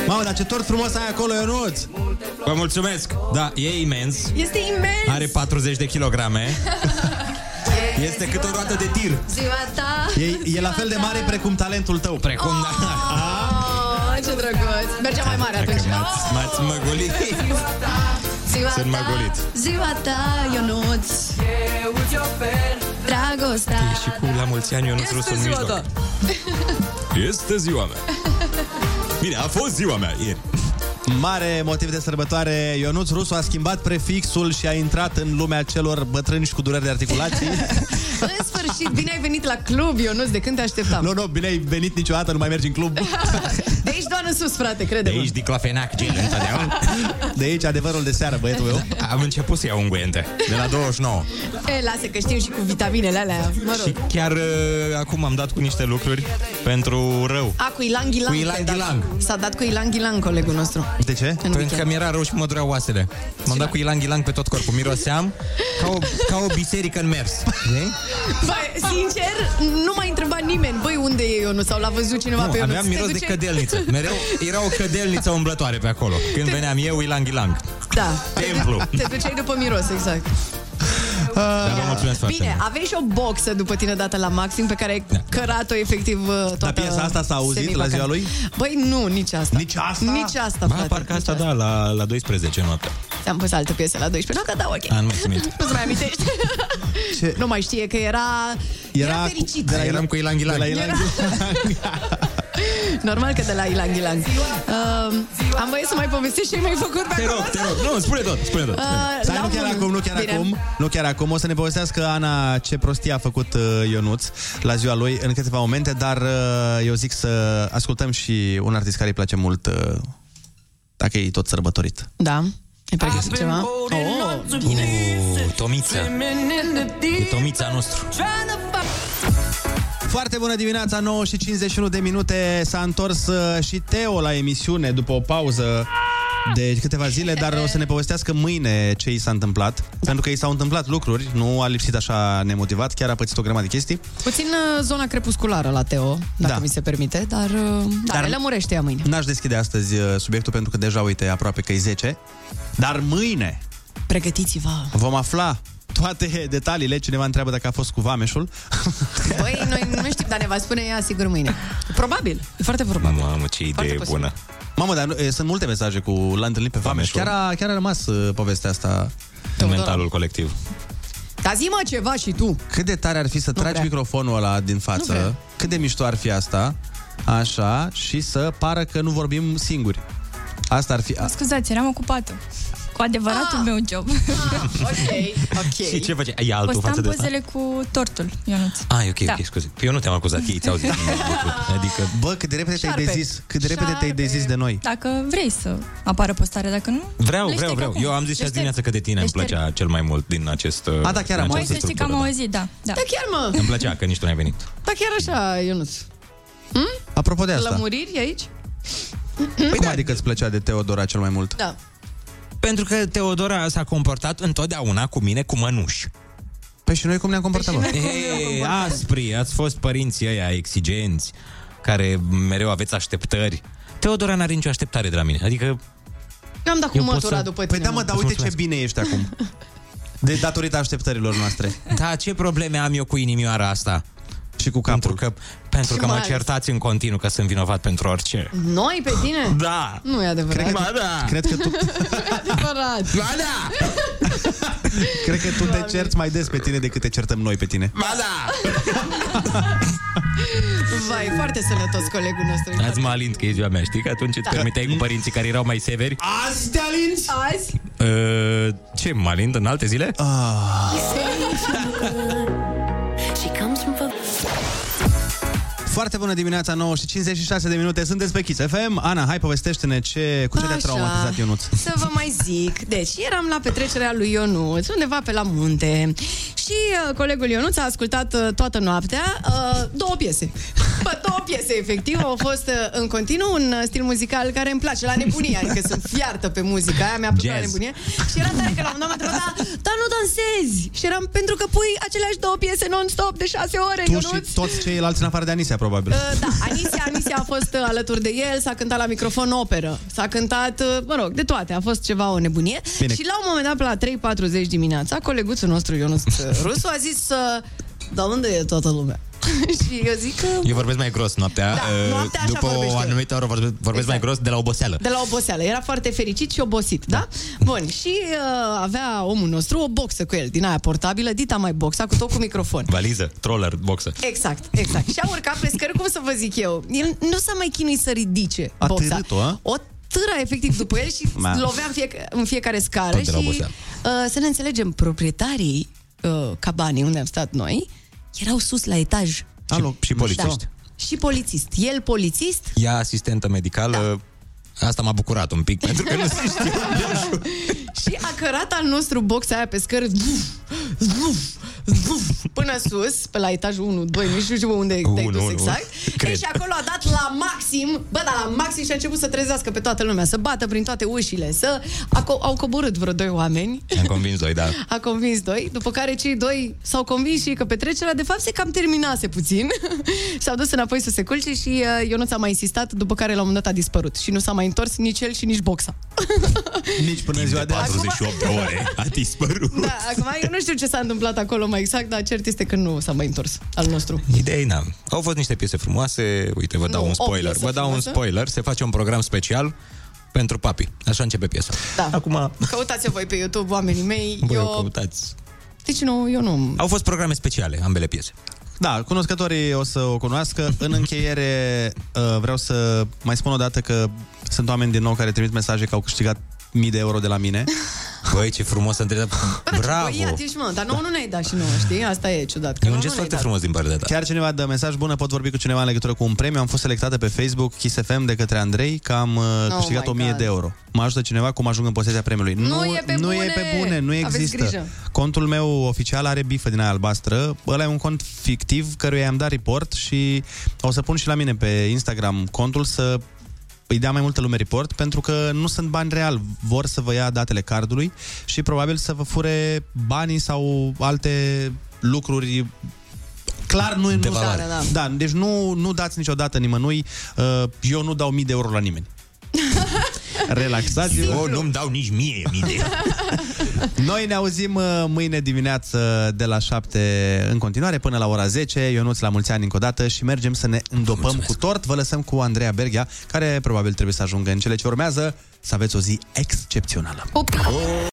Speaker 8: Mamă, dar ce tort frumos ai acolo, Ionuț!
Speaker 2: Vă mulțumesc! Da, e imens.
Speaker 7: Este imens!
Speaker 2: Are 40 de kilograme. Este cât o roată de tir.
Speaker 7: Ziua ta!
Speaker 8: E, e la fel de mare precum talentul tău.
Speaker 2: Precum, da.
Speaker 8: [LAUGHS]
Speaker 7: Oh, ce drăguț! Mergea mai mare atunci.
Speaker 2: M-ați, m-ați măgolit.
Speaker 7: Ziua
Speaker 2: Sunt
Speaker 7: ta,
Speaker 2: măgolit.
Speaker 7: ziua ta, Ionuț Eu ți ofer Dragostea
Speaker 2: Și cu la mulți ani eu nu sunt în mijloc. Este ziua mea. Bine, a fost ziua mea ieri.
Speaker 8: Mare motiv de sărbătoare, Ionuț Rusu a schimbat prefixul și a intrat în lumea celor bătrâni și cu dureri de
Speaker 2: [LAUGHS]
Speaker 8: articulații.
Speaker 7: În sfârșit, bine ai venit la club, Ionuț, de când te așteptam
Speaker 8: nu, nu, bine ai venit niciodată, nu mai mergi în club.
Speaker 7: [LAUGHS] De aici doar în sus, frate, crede
Speaker 2: De aici diclofenac, gel, întotdeauna.
Speaker 8: De aici adevărul de seară, băietul meu.
Speaker 2: Am început să iau unguente, de la 29.
Speaker 7: E, lasă că știm și cu vitaminele alea, mă
Speaker 2: Și
Speaker 7: rog
Speaker 2: chiar uh, acum am dat cu niște lucruri pentru rău.
Speaker 7: A, cu Ilang
Speaker 2: Cu
Speaker 7: Ilang
Speaker 2: Ilang
Speaker 7: te-ai dat.
Speaker 2: Ilang.
Speaker 7: S-a dat cu Ilang Ilang colegul nostru
Speaker 8: De ce?
Speaker 2: Pentru că
Speaker 7: weekend.
Speaker 2: mi era rău și mă dureau oasele. M-am dat cu ilang ilang pe tot corpul. Miroseam ca o, ca o biserică în mers. Știi?
Speaker 7: Bă, sincer, nu m-a întrebat nimeni Băi, unde e Ionuț? Sau l-a văzut cineva pe
Speaker 2: Nu,
Speaker 7: Ionuț?
Speaker 2: aveam
Speaker 7: Te
Speaker 2: miros de
Speaker 7: duceai-
Speaker 2: cădelniță. Mereu era o cădelniță umblătoare pe acolo. Când veneam eu, ilang ilang.
Speaker 7: Da
Speaker 2: Templu.
Speaker 7: Te duceai după miros, exact
Speaker 8: Ah.
Speaker 2: Dar vă mulțumesc foarte
Speaker 7: Bine,
Speaker 2: mult.
Speaker 7: aveai și o boxă după tine dată la maxim pe care ai cărat-o efectiv uh, toată
Speaker 8: Dar Da. piesa asta s-a auzit la
Speaker 7: semivacanța.
Speaker 8: ziua lui?
Speaker 7: Băi, nu, nici asta.
Speaker 8: Nici asta?
Speaker 7: Nici asta,
Speaker 2: Ba,
Speaker 7: frate.
Speaker 2: parcă asta, da, la, la 12 noapte.
Speaker 7: Ți-am pus altă piesă la 12 noapte, dar Da, ok.
Speaker 2: A, nu mai țin minte.
Speaker 7: Nu-ți mai amintești?
Speaker 8: Ce?
Speaker 7: [LAUGHS] Nu mai știe că era... Era, fericit.
Speaker 2: de la eram cu ilang ilang.
Speaker 7: Era-
Speaker 12: [LAUGHS]
Speaker 7: Normal că de la Ilang Ilang. Uh, am voie să mai povestesc ce mi-ai făcut pe
Speaker 2: Te rog, te rog. Nu, spune tot, spune tot.
Speaker 7: Uh,
Speaker 8: Să nu chiar acum, nu chiar acum, nu chiar acum. O să ne povestească Ana ce prostie a făcut uh, Ionuț la ziua lui în câteva momente, dar uh, eu zic să ascultăm și un artist care îi place mult, uh, dacă e tot sărbătorit.
Speaker 7: Da, îi
Speaker 2: Ah,
Speaker 7: pregătit ceva? Oh,
Speaker 2: Uh, Tomița. E Tomița nostru.
Speaker 8: Foarte bună dimineața, 9 și 51 de minute. S-a întors uh, și Teo la emisiune după o pauză de câteva zile, dar o să ne povestească mâine ce i s-a întâmplat. Pentru că i s-au întâmplat lucruri, nu a lipsit așa nemotivat, chiar a pățit o grămadă de chestii.
Speaker 7: Puțin uh, zona crepusculară la Teo, dacă
Speaker 8: Da.
Speaker 7: mi se permite, dar, uh, da,
Speaker 8: Dar-
Speaker 7: dar... lămurește ea mâine.
Speaker 8: N-aș deschide astăzi uh, subiectul pentru că deja, uite, aproape că e 10. Dar mâine
Speaker 7: Pregătiți-vă!
Speaker 8: vom afla toate detaliile. Cineva întreabă dacă a fost cu vameșul.
Speaker 7: Băi, noi nu știm, dar ne va spune ea sigur mâine. Probabil, e foarte probabil.
Speaker 2: Mamă, ce idee
Speaker 7: posibil.
Speaker 2: bună.
Speaker 8: Mamă, dar nu- e, sunt multe mesaje cu l-a întâlnit pe vameș. Chiar a, chiar a rămas uh, povestea asta
Speaker 2: în mentalul colectiv.
Speaker 7: Dar zi-mă ceva și tu!
Speaker 8: Cât de tare ar fi să tragi
Speaker 7: vrea.
Speaker 8: microfonul ăla din
Speaker 7: Nu
Speaker 8: față,
Speaker 7: vrea.
Speaker 8: cât de mișto ar fi asta, așa, și să pară că nu vorbim singuri. Asta ar fi... A,
Speaker 12: Scuzați, eram ocupată cu adevăratul meu job.
Speaker 7: ok, ok.
Speaker 2: Și ce face? [LAUGHS] E altul față
Speaker 12: Postam
Speaker 2: de asta?
Speaker 12: pozele cu tortul, Ionuț.
Speaker 2: Ah, e ok,
Speaker 12: Da.
Speaker 2: ok, scuze. Eu nu te-am acuzat, ei
Speaker 12: [LAUGHS]
Speaker 2: ți-au zis. adică...
Speaker 8: Bă, cât de repede te-ai
Speaker 12: Șarpe.
Speaker 8: dezis, cât de repede te-ai
Speaker 12: Șarpe. Da.
Speaker 8: dezis de noi.
Speaker 12: Dacă vrei să apară postarea, dacă nu...
Speaker 2: Vreau,
Speaker 12: le
Speaker 2: vreau,
Speaker 12: șterg
Speaker 2: vreau.
Speaker 12: acum.
Speaker 2: Eu am zis
Speaker 12: Le
Speaker 2: și azi
Speaker 12: șterg.
Speaker 2: dimineață că de tine
Speaker 12: Le
Speaker 2: îmi
Speaker 12: șterg.
Speaker 2: plăcea cel mai mult din acest...
Speaker 8: A, da, chiar am
Speaker 2: din
Speaker 12: Măi,
Speaker 2: această
Speaker 12: Păi să știi că am
Speaker 2: structură, da.
Speaker 12: auzit, da. da.
Speaker 7: Da chiar, mă!
Speaker 2: Îmi plăcea că nici tu n-ai venit.
Speaker 7: Da chiar așa, Ionuț. Hm?
Speaker 8: Apropo de asta,
Speaker 7: Lămuriri aici?
Speaker 8: cum adică îți plăcea de Teodora cel mai
Speaker 7: [LAUGHS]
Speaker 8: mult?
Speaker 7: Da.
Speaker 2: Pentru că Teodora s-a comportat întotdeauna cu mine cu mănuși.
Speaker 8: Păi și noi cum ne-am comportat, bă?
Speaker 2: E, aspri, ați fost părinții ăia exigenți, care mereu aveți așteptări. Teodora n-are nicio așteptare de la mine. Adică
Speaker 7: Eu am dat cu
Speaker 2: Eu pot
Speaker 7: mătura
Speaker 2: să-
Speaker 7: după tine.
Speaker 8: Păi da, mă, dar
Speaker 2: Îți
Speaker 8: uite ce
Speaker 2: mulțumesc.
Speaker 8: bine ești acum. De datorită așteptărilor noastre.
Speaker 2: Da, ce probleme am eu cu inimioara asta?
Speaker 8: Și cu
Speaker 2: capul. Pentru că, pentru
Speaker 7: Și
Speaker 2: că
Speaker 7: mai
Speaker 2: mă
Speaker 7: ales.
Speaker 2: certați în continuu că sunt vinovat pentru orice.
Speaker 7: Noi pe tine?
Speaker 2: Da!
Speaker 7: Nu e adevărat.
Speaker 2: Ba da!
Speaker 8: Cred că tu,
Speaker 7: [LAUGHS] E adevărat.
Speaker 2: Ba da!
Speaker 8: cred că tu te cerți mai des pe tine decât te certăm noi pe tine.
Speaker 2: Ba da!
Speaker 7: Vai, foarte sănătos colegul nostru.
Speaker 2: Azi mă alint că e ziua mea, știi? Că atunci
Speaker 7: Da.
Speaker 2: îți permiteai cu părinții care erau mai severi.
Speaker 8: Azi te alinți?
Speaker 7: Azi?
Speaker 2: Uh, ce, mă alint în alte zile? Ah.
Speaker 4: She comes from
Speaker 8: Foarte bună dimineața, 9 și 56 de minute, sunteți pe Kiss FM. Ana, hai, povestește-ne ce, cu ce te-a
Speaker 7: Așa.
Speaker 8: traumatizat Ionuț.
Speaker 7: Să vă mai zic. Deci, eram la petrecerea lui Ionuț, undeva pe la munte. Și uh, colegul Ionuț a ascultat uh, toată noaptea uh, două piese. Bă, două piese, efectiv. Au fost uh, în continuu un uh, stil muzical care îmi place la nebunie. Adică sunt fiartă pe muzica aia, mi-a plăcut la
Speaker 2: Jazz.
Speaker 7: nebunie. Și era tare că la un moment dat m-a întrebat, "Da, dar nu dansezi. Și eram pentru că pui aceleași două piese non-stop de șase ore,
Speaker 8: Tu
Speaker 7: Ionuț.
Speaker 8: și toți ceilalți în afară de Anisia, probabil.
Speaker 7: Uh, Da, Anisia, Anisia a fost uh, alături de el, s-a cântat la microfon operă, s-a cântat, uh, mă rog, de toate, a fost ceva o nebunie.
Speaker 8: Bine.
Speaker 7: Și la un moment dat, pe la 3.40 dimineața, coleguțul nostru, Ionuț uh, Rusu, a zis, uh, dar unde e toată lumea? [LAUGHS] și eu zic că
Speaker 2: Eu vorbesc mai gros noaptea. uh,
Speaker 7: Da, noaptea așa
Speaker 2: După o
Speaker 7: vorbește. Exact. Da.
Speaker 2: anumită oră vorbesc, vorbesc mai gros de la oboseală.
Speaker 7: de la oboseală. Era foarte fericit și obosit, da? Bun, și uh, avea omul nostru o boxă cu el, din aia portabilă, dita mai boxa, cu tot cu microfon.
Speaker 2: Valiză, troller, boxă.
Speaker 7: Exact, exact. Și a urcat pe scări, cum să vă zic eu, el nu s-a mai chinuit să ridice
Speaker 2: A
Speaker 7: boxa.
Speaker 2: târât-o, a?
Speaker 7: O târa efectiv după el și
Speaker 2: Ma.
Speaker 7: lovea în, fie, în fiecare scară
Speaker 2: Tot de la
Speaker 7: și uh,
Speaker 2: oboseală.
Speaker 7: să ne înțelegem, proprietarii uh, cabanii unde am stat noi erau sus la etaj.
Speaker 2: Alo,
Speaker 7: Da.
Speaker 2: și polițiști.
Speaker 7: Și polițist. El polițist,
Speaker 2: Ea asistentă medicală,
Speaker 7: Da.
Speaker 2: asta m-a bucurat un
Speaker 7: [LAUGHS]
Speaker 2: pic, pentru că nu se știe.
Speaker 7: Și a cărat al nostru box aia pe scări zbuf, zbuf, zbuf, până sus, pe la etajul 1, 2, nu știu unde
Speaker 2: Unu,
Speaker 7: te-ai dus
Speaker 2: unu.
Speaker 7: exact.
Speaker 2: Cred.
Speaker 7: Ei, și acolo a dat la maxim, bă, dar la maxim și a început să trezească pe toată lumea, să bată prin toate ușile, să... Aco- au coborât vreo doi oameni,
Speaker 2: Am convins doi, da.
Speaker 7: a convins doi, după care cei doi s-au convins și că petrecerea de fapt se cam terminase puțin. [LAUGHS] S-au dus înapoi să se culce și uh, Ionuț a mai insistat, după care la un moment dat a dispărut și nu s-a mai întors nici el și nici boxa.
Speaker 8: Nici până în ziua de
Speaker 2: 48 de ore a dispărut.
Speaker 7: Da, acum eu nu știu ce s-a întâmplat acolo mai exact, dar cert este că nu s-a mai întors al nostru.
Speaker 2: Idei n-am. Au fost niște piese frumoase, uite, vă dau
Speaker 7: Nu,
Speaker 2: un
Speaker 7: o
Speaker 2: spoiler.
Speaker 7: piesă
Speaker 2: Vă dau un
Speaker 7: frumoasă.
Speaker 2: spoiler, se face un program special pentru papi. Așa începe piesa.
Speaker 7: Da.
Speaker 2: Acum...
Speaker 7: Căutați-o voi pe YouTube, oamenii mei.
Speaker 2: Bă, eu...
Speaker 7: eu...
Speaker 2: căutați.
Speaker 7: Deci nu, eu nu...
Speaker 2: Au fost programe speciale, ambele piese.
Speaker 8: Da, cunoscătorii o să o cunoască. În încheiere uh, vreau să mai spun o dată că sunt oameni din nou care trimit mesaje că au câștigat mii de euro de la mine.
Speaker 2: [LAUGHS] Băi, ce frumos să întrebat.
Speaker 7: Băiat ești, Păi deci, mă, dar nouă nu ne-ai dat și nouă, știi? Asta e ciudat. Că nouă nu ne-ai dat.
Speaker 2: din partea ta.
Speaker 8: Chiar cineva dă mesaj bună, pot vorbi cu cineva în legătură cu un premiu. Am fost selectată pe Facebook Kiss FM de către Andrei că am uh,
Speaker 7: Oh
Speaker 8: câștigat
Speaker 7: my
Speaker 8: 1000
Speaker 7: God.
Speaker 8: de euro. Mă ajută cineva cum ajung în posesia premiului.
Speaker 7: Nu e pe
Speaker 8: nu
Speaker 7: bune!
Speaker 8: e pe bune, nu
Speaker 7: Aveți
Speaker 8: există.
Speaker 7: grijă.
Speaker 8: Contul meu oficial are bifă din aia albastră. Ăla e un cont fictiv căruia i-am dat report și o să pun și la mine pe Instagram contul să îi dea mai multă lume report pentru că nu sunt bani real. Vor să vă ia datele cardului și probabil să vă fure banii sau alte lucruri Clar nu e
Speaker 2: De
Speaker 8: nu,
Speaker 2: valoare.
Speaker 8: da, da. deci nu, nu dați niciodată nimănui. Uh, Eu nu dau mii de euro la [LAUGHS] nimeni. Relaxați-vă.
Speaker 2: Eu nu-mi dau nici mie mii de
Speaker 8: [LAUGHS] Noi ne auzim uh, mâine dimineață de la 7 în continuare până la ora 10. Ionuț, la mulți ani încă o dată și mergem să ne îndopăm cu tort. Vă lăsăm cu Andreea Berghia, care probabil trebuie să ajungă în cele ce urmează. Să aveți o zi excepțională.
Speaker 2: Oh.
Speaker 7: Pup!